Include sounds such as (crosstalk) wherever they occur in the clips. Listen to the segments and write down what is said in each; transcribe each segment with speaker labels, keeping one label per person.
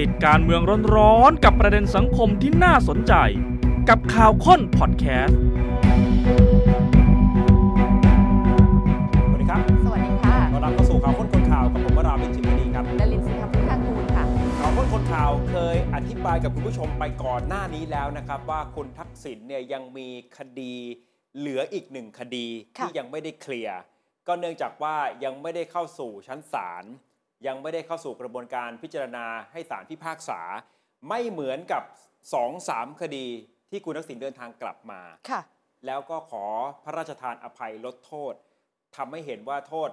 Speaker 1: ติดการเมืองร้อนๆกับประเด็นสังคมที่น่าสนใจ กับข่าวค้นพอดแคสต์
Speaker 2: สวัสดีครับ
Speaker 3: สวัสดีค่ะ
Speaker 2: ต้อนรับเข้าสู่ข่าวค้นคนข่าวกับผมวราวิชิตมณีครับ
Speaker 3: ดลินสินทพุทธากูลค่ะ
Speaker 2: ข่าวค้นคนข่าวเคยอธิบายกับคุณผู้ชมไปก่อนหน้านี้แล้วนะครับ ว่าคุณทักษิณเนี่ยยังมีคดีเหลืออีกหนึ่งคดี
Speaker 3: ค่ะ
Speaker 2: ที่ยังไม่ได้เคลียร์ ก็เนื่องจากว่ายังไม่ได้เข้าสู่ชั้นศาล ยังไม่ได้เข้าสู่กระบวนการพิจารณาให้ศาลพิพากษา ไม่เหมือนกับสองสามคดีที่คุณทักษิณเดินทางกลับมา
Speaker 3: ค่ะ
Speaker 2: แล้วก็ขอพระราชทานอภัยลดโทษทำให้เห็นว่าโทษ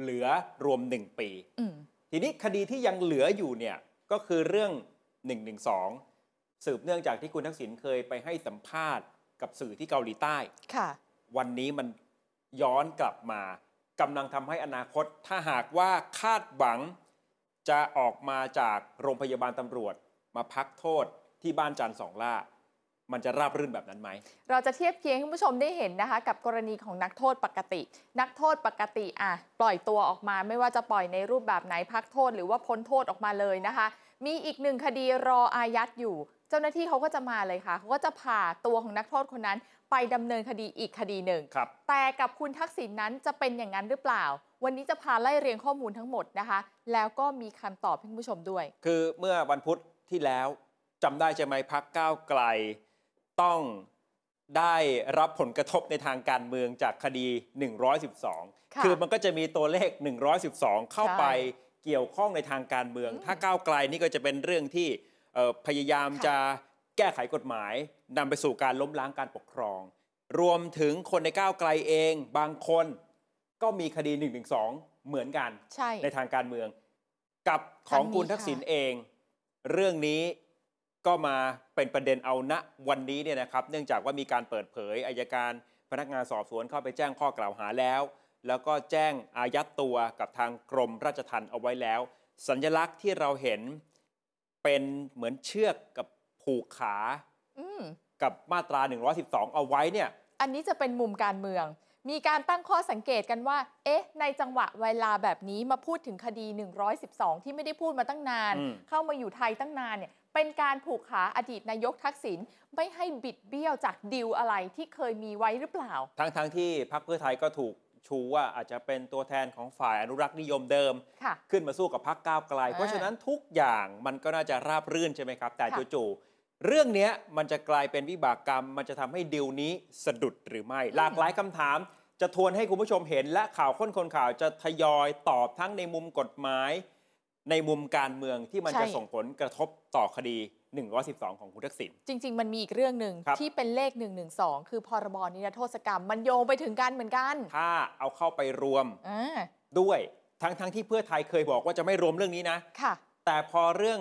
Speaker 2: เหลือรวมหนึ่งปี
Speaker 3: อืม
Speaker 2: ทีนี้คดีที่ยังเหลืออยู่เนี่ยก็คือเรื่อง1นึสืบเนื่องจากที่คุณทักษิณเคยไปให้สัมภาษณ์กับสื่อที่เกาหลีใต้
Speaker 3: ค่ะ
Speaker 2: วันนี้มันย้อนกลับมากำลังทำให้อนาคต ถ้าหากว่าคาดหวังจะออกมาจากโรงพยาบาลตำรวจ มาพักโทษที่บ้านจันทร์สองล่า มันจะราบรื่นแบบนั้นไหม
Speaker 3: เราจะเทียบเคียงให้คุณผู้ชมได้เห็นนะคะ กับกรณีของนักโทษปกติ นักโทษปกติอ่ะปล่อยตัวออกมาไม่ว่าจะปล่อยในรูปแบบไหนพักโทษ หรือว่าพ้นโทษออกมาเลยนะคะ มีอีกหนึ่งคดีรออายัดอยู่ เจ้าหน้าที่เขาก็จะมาเลยค่ะเขาก็จะพาตัวของนักโทษคนนั้น ไปดำเนินคดีอีกคดีหนึ่ง
Speaker 2: ครับ
Speaker 3: แต่กับคุณทักษิณนั้นจะเป็นอย่างนั้นหรือเปล่า วันนี้จะพาไล่เรียงข้อมูลทั้งหมดนะคะ แล้วก็มีคำตอบให้คุณผู้ชมด้วย
Speaker 2: คือเมื่อวันพุธที่แล้วจำได้ใช่ไหมพักก้าวไกล ต้องได้รับผลกระทบในทางการเมืองจากคดี 112
Speaker 3: ค่ะ
Speaker 2: อมันก็จะมีตัวเลข 112 เข้าไปเกี่ยวข้องในทางการเมือง
Speaker 3: อืม
Speaker 2: ถ้าก้าวไกลนี่ก็จะเป็นเรื่องที่เอ่อพยายาม
Speaker 3: ค่ะ
Speaker 2: จะแก้ไขกฎหมายนำไปสู่การล้มล้างการปกครอง รวมถึงคนในก้าวไกลเอง บางคนก็มีคดี 112 เหมือนกัน
Speaker 3: ใช่
Speaker 2: ในทางการเมืองกับของ
Speaker 3: ทางนี้
Speaker 2: คุณทักษิณ
Speaker 3: ค่ะ
Speaker 2: เอง เรื่องนี้ก็มาเป็นประเด็นเอาณวันนี้เนี่ยนะครับ เนื่องจากว่ามีการเปิดเผยอายการพนักงานสอบสวนเข้าไปแจ้งข้อกล่าวหาแล้ว แล้วก็แจ้งอายัดตัวกับทางกรมราชทัณฑ์เอาไว้แล้ว สัญลักษณ์ที่เราเห็นเป็นเหมือนเชือกกับผูกขา
Speaker 3: อืม
Speaker 2: กับมาตรา 112 เอาไว้เนี่ย
Speaker 3: อันนี้จะเป็นมุมการเมือง มีการตั้งข้อสังเกตกันว่า เอ๊ะ ในจังหวะเวลาแบบนี้มาพูดถึงคดี 112 ที่ไม่ได้พูดมาตั้งนาน
Speaker 2: อืม
Speaker 3: เข้ามาอยู่ไทยตั้งนานเนี่ย เป็นการผูกขาอดีตนายกทักษิณไม่ให้บิดเบี้ยวจากดิวอะไรที่เคยมีไว้หรือเปล่า
Speaker 2: ทั้งๆที่พรรคเพื่อไทยก็ถูกชูว่าอาจจะเป็นตัวแทนของฝ่ายอนุรักษ์นิยมเดิม
Speaker 3: ค่ะ
Speaker 2: ขึ้นมาสู้กับพรรคก้าวไกล
Speaker 3: อ่า
Speaker 2: เพราะฉะนั้นทุกอย่างมันก็น่าจะราบรื่นใช่ไหมครับ แต่
Speaker 3: ค่ะ
Speaker 2: จู่ๆเรื่องเนี้ยมันจะกลายเป็นวิบากกรรม มันจะทำให้ดิวนี้สะดุดหรือไม่ หลากหลายคำถาม จะทวนให้คุณผู้ชมเห็น และข่าวค้นคนข่าวจะทยอยตอบทั้งในมุมกฎหมาย ในมุมการเมืองที่มันจะส่งผลกระทบต่อคดี 112 ของคุณทักษิณ
Speaker 3: จริง ๆ มันมีอีกเรื่องหนึ่ง
Speaker 2: ครับ
Speaker 3: ที่เป็นเลข 112 คือพรบนิรโทษกรรม มันโยงไปถึงกันเหมือนกัน
Speaker 2: ถ้าเอาเข้าไปรวม
Speaker 3: อ่า
Speaker 2: ด้วย ทั้งๆที่เพื่อไทยเคยบอกว่าจะไม่รวมเรื่องนี้นะ
Speaker 3: ค่ะ
Speaker 2: แต่พอเรื่อง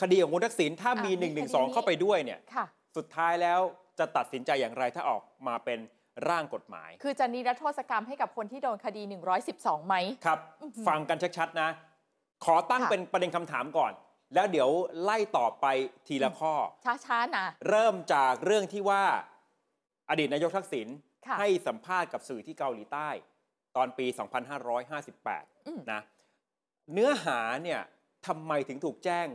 Speaker 2: คดีของคุณทักษิณถ้า
Speaker 3: อ่ะ
Speaker 2: มี
Speaker 3: มี
Speaker 2: 1
Speaker 3: คดี
Speaker 2: นึ
Speaker 3: นี้
Speaker 2: เข้าไปด้วยเนี่ย
Speaker 3: ค่ะ
Speaker 2: สุดท้ายแล้วจะตัดสินใจอย่างไรถ้าออกมาเป็นร่างกฎหมาย
Speaker 3: คือจะนิรโทษกรรมให้กับคนที่โดนคดี 112 ไหม
Speaker 2: ครับ
Speaker 3: อื้อหือ
Speaker 2: ฟังกันชัดๆนะ ขอตั้ง
Speaker 3: ค่ะ
Speaker 2: เป็นประเด็นคำถามก่อน แล้วเดี๋ยวไล่ต่อไปทีละข้อ
Speaker 3: ช้าๆนะ
Speaker 2: เริ่มจากเรื่องที่ว่าอดีตนายกทักษิณ
Speaker 3: ค่ะ
Speaker 2: ให้สัมภาษณ์กับสื่อที่เกาหลีใต้ ตอนปี
Speaker 3: อืม
Speaker 2: 2558 นะ เนื้อหาเนี่ยทำไมถึงถูกแจ้ง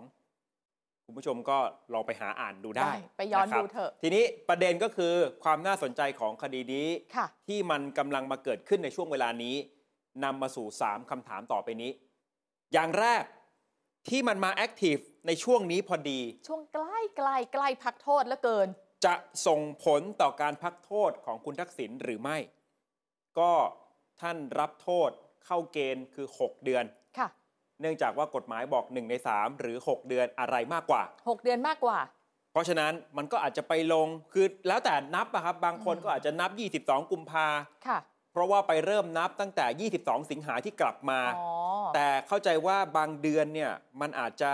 Speaker 2: 112 คุณผู้ชมก็ลองไปหาอ่านดูได้
Speaker 3: ไปย้อนะครับ ดูเถอะ
Speaker 2: ทีนี้ประเด็นก็คือความน่าสนใจของคดีนี้
Speaker 3: ค่ะ
Speaker 2: ที่มันกำลังมาเกิดขึ้นในช่วงเวลานี้นำมาสู่ 3คำถามต่อไปนี้ อย่างแรกที่มันมาแอคทีฟในช่วงนี้พอดี
Speaker 3: ช่วงใกล้ใกล้ใกล้พักโทษแล้วเกิน
Speaker 2: จะส่งผลต่อการพักโทษของคุณทักษิณหรือไม่ ก็ท่านรับโทษเข้าเกณฑ์คือ 6 เดือน
Speaker 3: ค่ะ
Speaker 2: เนื่องจากว่ากฎหมายบอก 1 ใน 3 หรือ 6 เดือนอะไรมากกว่า
Speaker 3: 6 เดือนมากกว่า
Speaker 2: เพราะฉะนั้นมันก็อาจจะไปลงคือแล้วแต่นับอะครับ บางคน
Speaker 3: อืม
Speaker 2: ก็อาจจะนับ 22 กุมภา
Speaker 3: ค่ะ
Speaker 2: เพราะว่าไปเริ่มนับตั้งแต่ 22 สิงหาที่กลับมา
Speaker 3: อ๋อ
Speaker 2: แต่เข้าใจว่าบางเดือนเนี่ยมันอาจจะ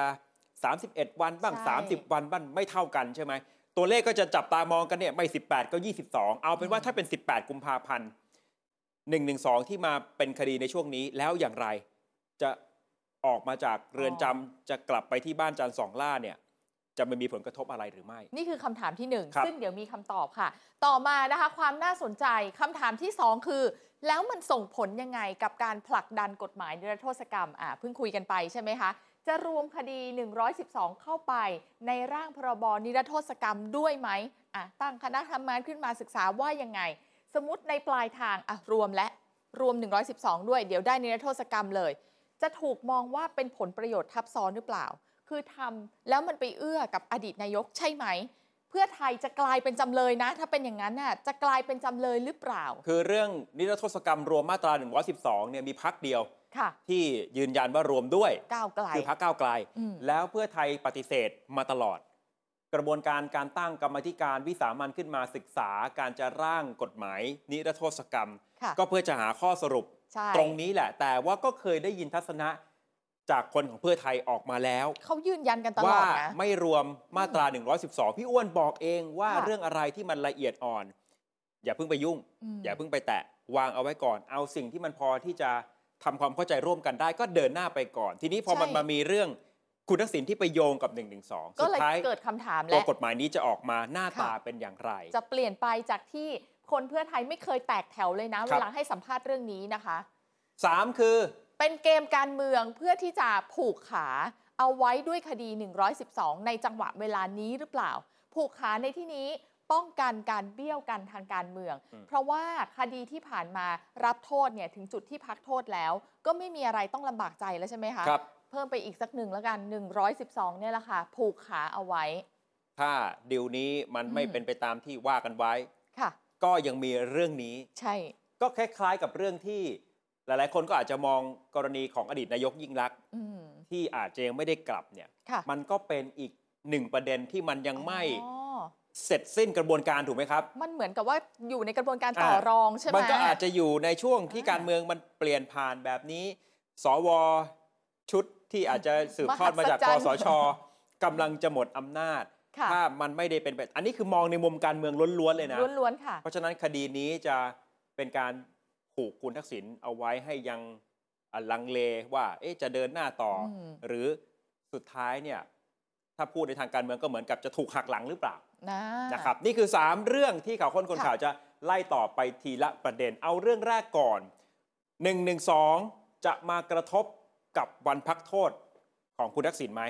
Speaker 2: 31 วันบ้าง
Speaker 3: ใช่
Speaker 2: 30 วันบ้างไม่เท่ากันใช่ไหม ตัวเลขก็จะจับตามองกันเนี่ยไม่ 18 ก็ 22 เอาเป็นว่าถ้าเป็น 18 กุมภาพันธ์112 ที่มาเป็นคดีในช่วงนี้แล้วอย่างไร จะออกมาจากเรือนจำจะกลับไปที่บ้านจันทร์สองล่าเนี่ยจะไม่มีผลกระทบอะไรหรือไม่
Speaker 3: นี่คือคำถามที่หนึ่ง
Speaker 2: ครับ
Speaker 3: ซึ่งเดี๋ยวมีคำตอบค่ะ ต่อมานะคะ ความน่าสนใจคำถามที่สองคือ แล้วมันส่งผลยังไงกับการผลักดันกฎหมายนิรโทษกรรม อ่าเพิ่งคุยกันไปใช่ไหมคะ จะรวมคดี 112 เข้าไป ในร่างพรบนิรโทษกรรมด้วยไหมอ่ะตั้งคณะทำงานขึ้นมาศึกษาว่ายังไง สมมติในปลายทางอ่ะรวมและรวม 112 ด้วย เดี๋ยวได้นิรโทษกรรมเลย จะถูกมองว่าเป็นผลประโยชน์ทับซ้อนหรือเปล่า คือทำแล้วมันไปเอื้อกับอดีตนายกใช่ไหม เพื่อไทยจะกลายเป็นจำเลยนะ ถ้าเป็นอย่างนั้นน่ะจะกลายเป็นจำเลยหรือเปล่า
Speaker 2: คือเรื่องนิรโทษกรรมรวมมาตรา 112 เนี่ยมีพักเดียว
Speaker 3: ค่ะ
Speaker 2: ที่ยืนยันว่ารวมด้วย
Speaker 3: ก้าวไกล
Speaker 2: คือพักก้าวไกล
Speaker 3: อืม
Speaker 2: แล้วเพื่อไทยปฏิเสธมาตลอด กระบวนการการตั้งกรรมธิการวิสามันขึ้นมาศึกษาการจะร่างกฎหมาย นิรโทษกรรม
Speaker 3: ค่ะ
Speaker 2: ก็เพื่อจะหาข้อสรุป
Speaker 3: ใช่
Speaker 2: ตรงนี้แหละ แต่ว่าก็เคยได้ยินทัศนะจากคนของเพื่อไทยออกมาแล้ว
Speaker 3: เขายืนยันกันตล
Speaker 2: ว่า
Speaker 3: อดนะ
Speaker 2: ไม่รวมมาตรา 112 พี่อ้วนบอกเองว่า
Speaker 3: ค่ะ
Speaker 2: เรื่องอะไรที่มันละเอียดอ่อน อย่าเพิ่งไปยุ่ง
Speaker 3: ม
Speaker 2: อย่าเพิ่งไปแตะวางเอาไว้ก่อน เอาสิ่งที่มันพอที่จะทำความเข้าใจร่วมกันได้ ก็เดินหน้าไปก่อน ทีนี้พอมันมามีเรื่องคุณทักษิณที่ไปโยงกับ 1 1 2
Speaker 3: ก็
Speaker 2: สุด
Speaker 3: เลย
Speaker 2: ท้าย
Speaker 3: เกิดคำถาม
Speaker 2: ตั
Speaker 3: แล้ว ว
Speaker 2: กฎหมายนี้จะออกมาหน้า
Speaker 3: ค่ะ
Speaker 2: ตาเป็นอย่างไร
Speaker 3: จะเปลี่ยนไปจากที่คนเพื่อไทยไม่เคยแตกแถวเลยนะ
Speaker 2: ครับ
Speaker 3: เวลาให้สัมภาษณ์เรื่องนี้นะคะ
Speaker 2: สามคือ
Speaker 3: เป็นเกมการเมืองเพื่อที่จะผูกขาเอาไว้ด้วยคดี 112 ในจังหวะเวลานี้หรือเปล่า ผูกขาในที่นี้ป้องกันการเบี้ยวกันทางการเมือง เพราะว่าคดีที่ผ่านมารับโทษเนี่ยถึงจุดที่พักโทษแล้ว ก็ไม่มีอะไรต้องลำบากใจแล้วใช่ไหมคะ
Speaker 2: ครับ
Speaker 3: เพิ่มไปอีกสักหนึ่งแล้วกัน 112 เนี่ยแหละค่ะ ผูกขาเอาไว้
Speaker 2: ถ้าดิวนี้มันไม่
Speaker 3: อืม
Speaker 2: เป็นไปตามที่ว่ากันไว้
Speaker 3: ค่ะ
Speaker 2: ก็ยังมีเรื่องนี้
Speaker 3: ใช่
Speaker 2: ก็คล้ายๆกับเรื่องที่ หลายๆ คนก็อาจจะมองกรณีของอดีตนายกยิ่งรักษณ์
Speaker 3: อืม
Speaker 2: ที่อาจจะยังไม่ได้กลับเนี่ย
Speaker 3: ค่ะ
Speaker 2: มันก็เป็นอีกหนึ่งประเด็นที่มันยังไม่
Speaker 3: อ๋อ
Speaker 2: เสร็จสิ้นกระบวนการถูกไหมครับ
Speaker 3: มันเหมือนกับว่าอยู่ในกระบวนการต่ออา รองใช่ไหม
Speaker 2: มันก็อาจจะอยู่ในช่วงที่
Speaker 3: อ่า
Speaker 2: การเมืองมันเปลี่ยนผ่านแบบนี้ สวชุดที่อาจจะสืบทอดมาจาก
Speaker 3: มหัศจรร
Speaker 2: คอ
Speaker 3: ย์
Speaker 2: สชกำลังจะหมดอำนาจ
Speaker 3: ค่ะ
Speaker 2: ถ้ามันไม่ได้เป็นแบบอันนี้คือมองในมุมการเมืองล้วนๆเลยนะ
Speaker 3: ล้วนๆค่ะ
Speaker 2: เพราะฉะนั้นคดีนี้จะเป็นการผูกคุณทักษิณเอาไว้ให้ยังอ่ะลังเลว่าเอ๊ะจะเดินหน้าต่ออ
Speaker 3: ม
Speaker 2: หรือสุดท้ายเนี่ยถ้าพูดในทางการเมืองก็เหมือนกับจะถูกหักหลังหรือเปล่า
Speaker 3: นะ
Speaker 2: นะครับนี่คือ 3 เรื่องที่ข่าวค้นคน
Speaker 3: ค่ะ
Speaker 2: ข่าวจะไล่ต่อไปทีละประเด็น เอาเรื่องแรกก่อน 1 1 2 จะมากระทบกับวันพักโทษของคุณทักษิณไหม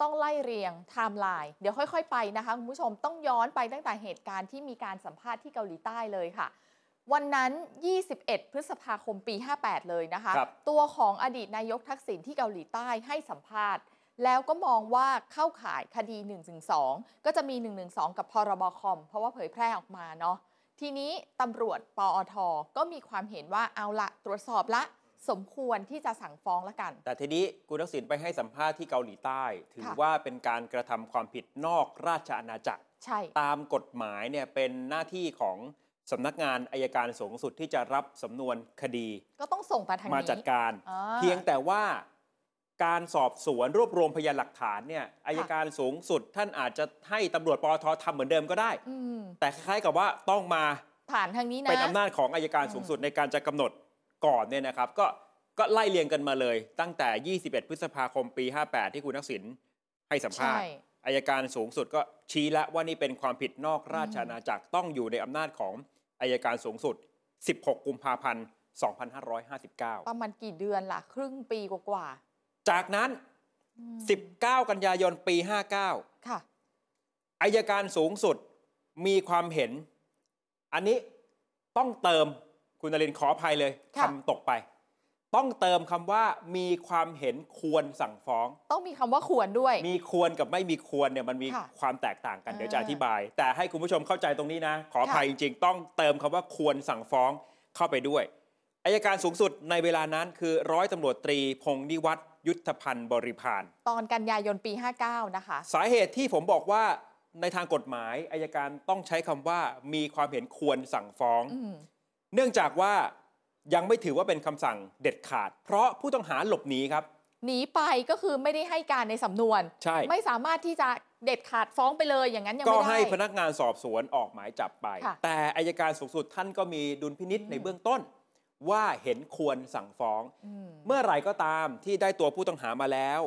Speaker 3: ต้องไล่เรียงไทม์ไลน์เดี๋ยวค่อยๆ ไปนะคะคุณผู้ชมต้องย้อนไปตั้งแต่เหตุการณ์ที่มีการสัมภาษณ์ที่เกาหลีใต้เลยค่ะ วันนั้น 21 พฤษภาคมปี 58 เลยนะคะ
Speaker 2: ครับ
Speaker 3: ตัวของอดีตนายกทักษิณที่เกาหลีใต้ให้สัมภาษณ์ แล้วก็มองว่าเข้าข่ายคดี 1-2 ก็จะมี 112 กับพรบคอม เพราะว่าเผยแพร่ออกมาเนาะ ทีนี้ตำรวจปอท ก็มีความเห็นว่าเอาละตรวจสอบละ สมควรที่จะสั่งฟ้องละกัน
Speaker 2: แต่ทีนี้คุณทักษิณไปให้สัมภาษณ์ที่เกาหลีใต้ ถือ
Speaker 3: ค่ะ
Speaker 2: ว่าเป็นการกระทำความผิดนอกราชอาณาจักร
Speaker 3: ใช่
Speaker 2: ตามกฎหมายเนี่ยเป็นหน้าที่ของสำนักงานอายการสูงสุดที่จะรับสำนวนคดี
Speaker 3: ก็ต้องส่งมาทางนี้
Speaker 2: มาจัดการ
Speaker 3: อ่า
Speaker 2: เพียงแต่ว่าการสอบสวนรวบรวมพยานหลักฐานเนี่ยอายการสูงสุดท่านอาจจะให้ตำรวจปอททำเหมือนเดิมก็ได้
Speaker 3: อืม
Speaker 2: แต่คล้ายๆกับว่าต้องมา
Speaker 3: ผ่านทางนี้นะ
Speaker 2: เป็นอำนาจของอายการสูงสุดในการจะกำหนดก่อนเนี่ยนะครับ ก็ก็ไล่เรียงกันมาเลย ตั้งแต่ 21 พฤษภาคมปี 58 ที่คุณทักษิณให้สัมภาษณ์
Speaker 3: ใช่
Speaker 2: อายการสูงสุดก็ชี้แล้วว่านี่เป็นความผิดนอกราชอาณาจักรต้องอยู่ในอำนาจของอายการสูงสุด 16 กุมภาพันธ์ 2559
Speaker 3: ประมาณกี่เดือนล่ะ ครึ่งปีกว่า
Speaker 2: จากนั้น
Speaker 3: ๆอืม
Speaker 2: 19 กันยายนปี 59
Speaker 3: ค่ะ
Speaker 2: อายการสูงสุดมีความเห็น อันนี้ต้องเติมคุณนรินทร์ขออภัยเลย
Speaker 3: ค่ะ
Speaker 2: คำตกไป ต้องเติมคำว่ามีความเห็นควรสั่งฟ้อง
Speaker 3: ต้องมีคำว่าควรด้วย
Speaker 2: มีควรกับไม่มีควรเนี่ยมันมี
Speaker 3: ค่ะ
Speaker 2: ความแตกต่างกัน
Speaker 3: อ่า
Speaker 2: เดี๋ยวจะอธิบาย แต่ให้คุณผู้ชมเข้าใจตรงนี้นะ ขออภัย
Speaker 3: ค่ะ
Speaker 2: จริง ๆ ต้องเติมคำว่าควรสั่งฟ้องเข้าไปด้วยอายการสูงสุดในเวลานั้นคือร้อยตำรวจตรีพงษ์นิวัตรยุทธพันธ์บริพาน
Speaker 3: ตอนกันยายนปี 59 นะคะ
Speaker 2: สาเหตุที่ผมบอกว่าในทางกฎหมายอายการต้องใช้คำว่ามีความเห็นควรสั่งฟ้อง
Speaker 3: อืม
Speaker 2: เนื่องจากว่ายังไม่ถือว่าเป็นคำสั่งเด็ดขาด เพราะผู้ต้องหาหลบหนีครับ
Speaker 3: หนีไปก็คือไม่ได้ให้การในสำนวน
Speaker 2: ใช่
Speaker 3: ไม่สามารถที่จะเด็ดขาดฟ้องไปเลยอย่างนั้นยัง
Speaker 2: ก็
Speaker 3: ไม่ได้
Speaker 2: ให้พนักงานสอบสวนออกหมายจับไป
Speaker 3: ค่ะ
Speaker 2: แต่อายการสูงสุดท่านก็มีดุลพินิษ
Speaker 3: อืม
Speaker 2: ในเบื้องต้น ว่าเห็นควรสั่งฟ้อง
Speaker 3: อืม
Speaker 2: เมื่อไหร่ก็ตามที่ได้ตัวผู้ต้องหามาแล้ว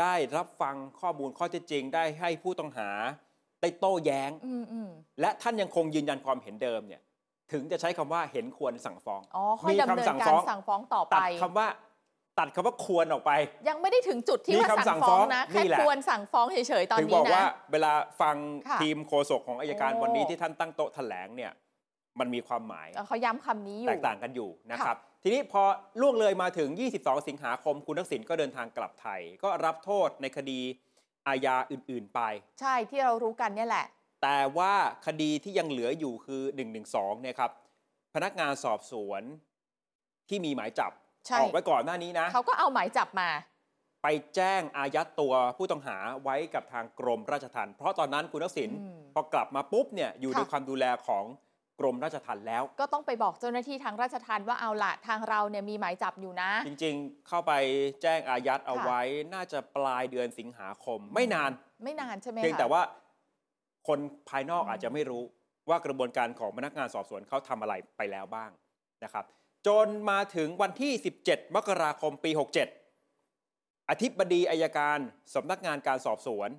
Speaker 2: ได้รับฟังข้อมูลข้อเท็จจริง ได้ให้ผู้ต้องหาได้โต้แย้ง
Speaker 3: อืมอืม
Speaker 2: และท่านยังคงยืนยันความเห็นเดิมเนี่ยถึงจะใช้คำว่าเห็นควรสั่งฟ้อง
Speaker 3: อ๋อค่อย
Speaker 2: มี
Speaker 3: ดำเนิน
Speaker 2: คำสั่ง
Speaker 3: กา
Speaker 2: ฟ้
Speaker 3: ร
Speaker 2: อง
Speaker 3: สั่งฟ้องต่อไป
Speaker 2: ตัดคำว่า ตัดคำว่าควรออกไป
Speaker 3: ยังไม่ได้ถึงจุดที่
Speaker 2: มี
Speaker 3: ว่า
Speaker 2: คำสั่
Speaker 3: สั่ง
Speaker 2: ง
Speaker 3: ฟ้อง
Speaker 2: ฟ้อง
Speaker 3: นะ
Speaker 2: นี่
Speaker 3: แค่
Speaker 2: แหละ
Speaker 3: ควรสั่งฟ้องเฉยๆตอน
Speaker 2: ถึงบ
Speaker 3: นี้
Speaker 2: อก
Speaker 3: นะ
Speaker 2: ว่าเวลาฟัง
Speaker 3: ค่ะ
Speaker 2: ทีมโฆษกของอายการ
Speaker 3: โอ้
Speaker 2: วันนี้ที่ท่านตั้งโต๊ะแถลงเนี่ยมันมีความหมาย
Speaker 3: เออเขาย้ำคำนี้อยู่
Speaker 2: แตกต่างกันอยู่นะครับ ทีนี้พอล่วงเลยมาถึง 22 สิงหาคม คุณทักษิณก็เดินทางกลับไทย ก็รับโทษในคดีอาญาอื่น ๆ ไป
Speaker 3: ใช่ที่เรารู้กันเนี่ยแหละ
Speaker 2: แต่ว่าคดีที่ยังเหลืออยู่คือ 112เนี่ยครับ พนักงานสอบสวนที่มีหมายจับ
Speaker 3: ใช่
Speaker 2: ออกไว้ก่อนหน้านี้นะ
Speaker 3: เขาก็เอาหมายจับมา
Speaker 2: ไปแจ้งอายัดตัวผู้ต้องหาไว้กับทางกรมราชทัณฑ์เพราะตอนนั้นคุณทักษิณ
Speaker 3: อืม
Speaker 2: พอกลับมาปุ๊บเนี่ยอยู่ใน
Speaker 3: ค่ะ
Speaker 2: ความดูแลของกรมราชทัณฑ์แล้ว
Speaker 3: ก็ต้องไปบอกเจ้าหน้าที่ทางราชทัณฑ์ว่าเอาละทางเราเนี่ยมีหมายจับอยู่นะ
Speaker 2: จริงๆ เข้าไปแจ้งอายัดเอาไว้น่าจะปลายเดือนสิงหาคม ไม่นาน
Speaker 3: ไม่นานใช่ไหม
Speaker 2: เพียง
Speaker 3: คะ
Speaker 2: แต่ว่าคนภายนอก
Speaker 3: อืม
Speaker 2: อาจจะไม่รู้ว่ากระบวนการของพนักงานสอบสวนเขาทำอะไรไปแล้วบ้างนะครับ จนมาถึงวันที่ 17 มกราคมปี 67 อธิบดีอายการสำนักงานการสอบสวน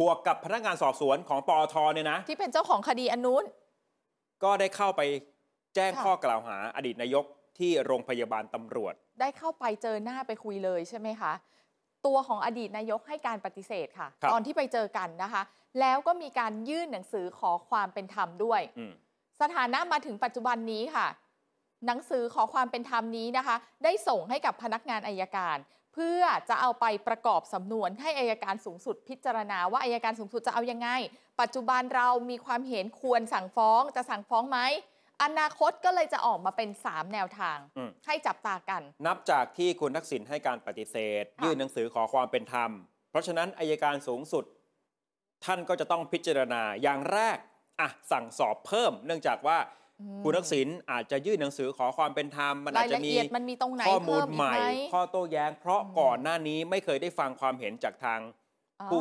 Speaker 2: บวกกับพนักงานสอบสวนของปอทเนี่ยนะ
Speaker 3: ที่เป็นเจ้าของคดีอันนู้น
Speaker 2: ก็ได้เข้าไปแจ้ง
Speaker 3: ค่ะ
Speaker 2: ข้อกล่าวหาอดีตนายกที่โรงพยาบาลตำรวจ
Speaker 3: ได้เข้าไปเจอหน้าไปคุยเลยใช่ไหมคะ ตัวของอดีตนายกให้การปฏิเสธค่ะ
Speaker 2: ครับ
Speaker 3: ตอนที่ไปเจอกันนะคะ แล้วก็มีการยื่นหนังสือขอความเป็นธรรมด้วย
Speaker 2: อืม
Speaker 3: สถานะมาถึงปัจจุบันนี้ค่ะ หนังสือขอความเป็นธรรมนี้นะคะ ได้ส่งให้กับพนักงานอายการ เพื่อจะเอาไปประกอบสำนวนให้อายการสูงสุดพิจารณาว่าอายการสูงสุดจะเอายังไง ปัจจุบันเรามีความเห็นควรสั่งฟ้องจะสั่งฟ้องไหมอนาคตก็เลยจะออกมาเป็น 3 แนวทาง
Speaker 2: อืม
Speaker 3: ให้จับตากัน
Speaker 2: นับจากที่คุณทักษิณให้การปฏิเสธ
Speaker 3: ค่ะ
Speaker 2: ยื่นหนังสือขอความเป็นธรรม เพราะฉะนั้นอายการสูงสุด ท่านก็จะต้องพิจารณาอย่างแรกอ่ะสั่งสอบเพิ่ม เนื่องจากว่า
Speaker 3: อืม
Speaker 2: คุณทักษิณอาจจะยื่นหนังสือขอความเป็นธรรม มันอา
Speaker 3: รา
Speaker 2: จ
Speaker 3: ย
Speaker 2: จะ
Speaker 3: ละ
Speaker 2: มี
Speaker 3: เอียดมันมีตรงไหน
Speaker 2: ข้อมู
Speaker 3: เพิ่
Speaker 2: ล
Speaker 3: มอีก
Speaker 2: ใหม่
Speaker 3: ไหม
Speaker 2: ข้อโต้แย้ง เพราะ
Speaker 3: อืม
Speaker 2: ก่อนหน้านี้ไม่เคยได้ฟังความเห็นจากทาง
Speaker 3: อ่า
Speaker 2: ผู้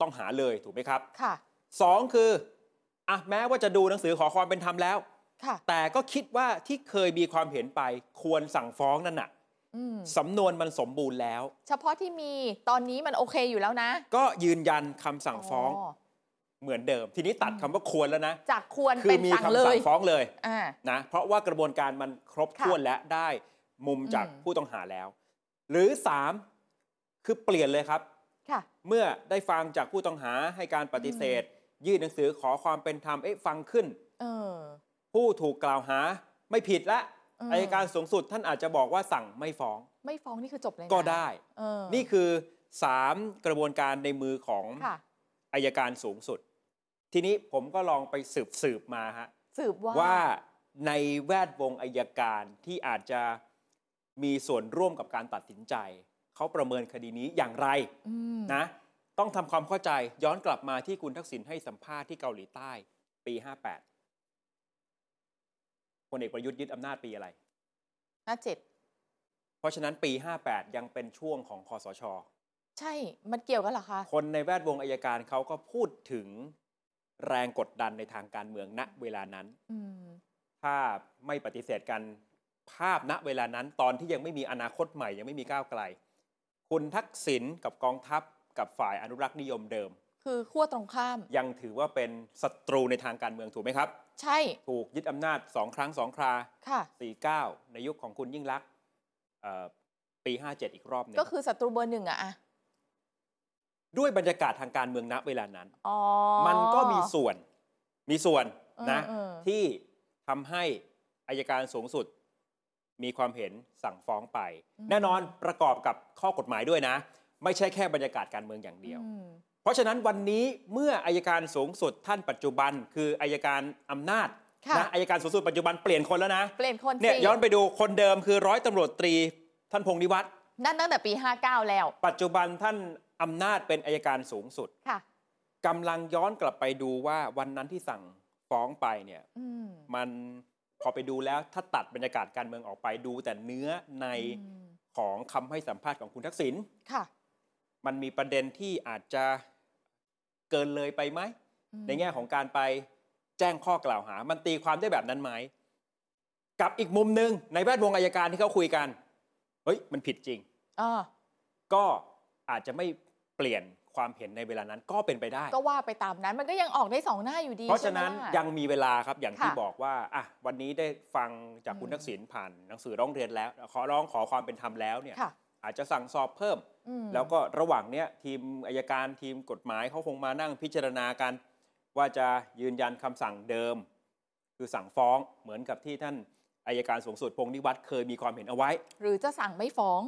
Speaker 2: ต้องหาเลยถูกไหมครับ
Speaker 3: ค่ะ
Speaker 2: สองคืออ่ะแม้ว่าจะดูหนังสือขอความเป็นธรรมแล้ว
Speaker 3: ค่ะ
Speaker 2: แต่ก็คิดว่าที่เคยมีความเห็นไป ควรสั่งฟ้องนั่นน่ะ
Speaker 3: อืม
Speaker 2: สำนวนมันสมบูรณ์แล้ว
Speaker 3: เฉพาะที่มีตอนนี้มันโอเคอยู่แล้วนะ
Speaker 2: ก็ยืนยันคำสั่งฟ้อง
Speaker 3: อ
Speaker 2: เหมือนเดิม ทีนี้ตัด
Speaker 3: อืม
Speaker 2: คำว่าควรแล้วนะ
Speaker 3: จากควร
Speaker 2: คื
Speaker 3: เป็น
Speaker 2: มี
Speaker 3: สั่ง
Speaker 2: คำ
Speaker 3: เล
Speaker 2: สั่
Speaker 3: ย
Speaker 2: งฟ้องเลย
Speaker 3: อ่า
Speaker 2: นะเพราะว่ากระบวนการมันครบ
Speaker 3: ค่ะ
Speaker 2: ถ้วนและได้มุมจาก
Speaker 3: อืม
Speaker 2: ผู้ต้องหาแล้ว หรือ 3 คือเปลี่ยนเลยครับ
Speaker 3: ค่ะ
Speaker 2: เมื่อได้ฟังจากผู้ต้องหาให้การปฏิเสธ ยื่นหนังสือขอความเป็นธรรมเอ๊ะฟังขึ้น
Speaker 3: เออ
Speaker 2: ผู้ถูกกล่าวหาไม่ผิดละ
Speaker 3: อืม
Speaker 2: อายการสูงสุดท่านอาจจะบอกว่าสั่งไม่ฟ้อง
Speaker 3: ไม่ฟ้องนี่คือจบเลยนะ
Speaker 2: ก็ได้
Speaker 3: เออ
Speaker 2: นี่คือ 3 กระบวนการในมือของ
Speaker 3: ค่ะ
Speaker 2: อายการสูงสุด ทีนี้ผมก็ลองไปสืบสืบมาฮะ
Speaker 3: สืบว่า
Speaker 2: ว่าในแวดวงอายการที่อาจจะมีส่วนร่วมกับการตัดสินใจ เขาประเมินคดีนี้อย่างไร
Speaker 3: อืม
Speaker 2: นะ ต้องทำความเข้าใจย้อนกลับมาที่คุณทักษิณให้สัมภาษณ์ที่เกาหลีใต้ ปี 58พลเอกประยุทธ์ยึดอำนาจปีอะไร
Speaker 3: หน้าเจ็ด
Speaker 2: เพราะฉะนั้นปี 58 ยังเป็นช่วงของคอสช
Speaker 3: ใช่มันเกี่ยวกันเหรอคะ
Speaker 2: คนในแวดวงอายการเขาก็พูดถึงแรงกดดันในทางการเมืองณเวลานั้น
Speaker 3: อืม
Speaker 2: ถ้าไม่ปฏิเสธกันภาพณเวลานั้นตอนที่ยังไม่มีอนาคตใหม่ยังไม่มีก้าวไกล คุณทักษิณกับกองทัพกับฝ่ายอนุรักษ์นิยมเดิม
Speaker 3: คือขั้วตรงข้าม
Speaker 2: ยังถือว่าเป็นศัตรูในทางการเมืองถูกไหมครับ
Speaker 3: ใช่
Speaker 2: ถูกยึดอำนาจสองครั้งสองครา
Speaker 3: ค่ะ
Speaker 2: 49 ในยุคของคุณยิ่งลักษณ์เอ่อปี 57 อีกรอบหนึง
Speaker 3: ก็คือศัตรูเบอร์หนึ่งอะอะ
Speaker 2: ด้วยบรรยากาศทางการเมืองณเวลานั้น
Speaker 3: อ๋อ
Speaker 2: มันก็มีส่วน มีส่วนนะ
Speaker 3: เออเออ
Speaker 2: ที่ทำให้อายการสูงสุด มีความเห็นสั่งฟ้องไป แน่นอนประกอบกับข้อกฎหมายด้วยนะ ไม่ใช่แค่บรรยากาศการเมืองอย่างเดียว
Speaker 3: อืม
Speaker 2: เพราะฉะนั้นวันนี้เมื่ออายการสูงสุดท่านปัจจุบัน คืออายการอำนาจ
Speaker 3: ค่ะ
Speaker 2: นะอายการสูงสุดปัจจุบันเปลี่ยนคนแล้วนะ
Speaker 3: เปลี่ยนคน
Speaker 2: เนี่ย
Speaker 3: สิ
Speaker 2: ย้อนไปดูคนเดิมคือร้อยตำรวจตรี ท่านพงนิวัตร
Speaker 3: นั่นตั้งแต่ปี 59 แล้ว
Speaker 2: ปัจจุบันท่านอำนาจเป็นอายการสูงสุด
Speaker 3: ค่ะ
Speaker 2: กำลังย้อนกลับไปดูว่าวันนั้นที่สั่งฟ้องไปเนี่ย
Speaker 3: อืม
Speaker 2: มันพอไปดูแล้วถ้าตัดบรรยากาศการเมืองออกไปดู แต่เนื้อใน
Speaker 3: อืม
Speaker 2: ของคำให้สัมภาษณ์ของคุณทักษิณ
Speaker 3: ค่ะ
Speaker 2: มันมีประเด็นที่อาจจะเกินเลยไปไหม
Speaker 3: อืม
Speaker 2: ในแง่ของการไปแจ้งข้อกล่าวหา มันตีความได้แบบนั้นไหม กับอีกมุมหนึ่งในแวดวงอายการที่เขาคุยกันเฮ้ยมันผิดจริง
Speaker 3: อ๋อ
Speaker 2: ก็อาจจะไม่เปลี่ยน ความเห็นในเวลานั้นก็เป็นไปได้
Speaker 3: ก็ว่าไปตามนั้นมันก็ยังออกได้สองหน้าอยู่ดี
Speaker 2: เพราะ
Speaker 3: ใช่
Speaker 2: ฉะ
Speaker 3: ไหม
Speaker 2: นั้น
Speaker 3: ล่ะ
Speaker 2: ยังมีเวลาครับอย่างที่
Speaker 3: ค่ะ
Speaker 2: บอกว่าอ่ะวันนี้ได้ฟังจากคุณ
Speaker 3: อืม
Speaker 2: ทักษิณผ่านหนังสือร้องเรียนแล้ว ขอร้องขอความเป็นธรรมแล้วเนี่ย
Speaker 3: ค่ะ
Speaker 2: อาจจะสั่งสอบเพิ่ม
Speaker 3: อืม
Speaker 2: แล้วก็ระหว่างเนี้ยทีมอายการทีมกฎหมายเขาคงมานั่งพิจารณากัน ว่าจะยืนยันคำสั่งเดิม คือสั่งฟ้องเหมือนกับที่ท่านอายการสูงสุดพงนิวัตรเคยมีความเห็นเอาไว้
Speaker 3: หรือจะสั่งไม่ฟ้อง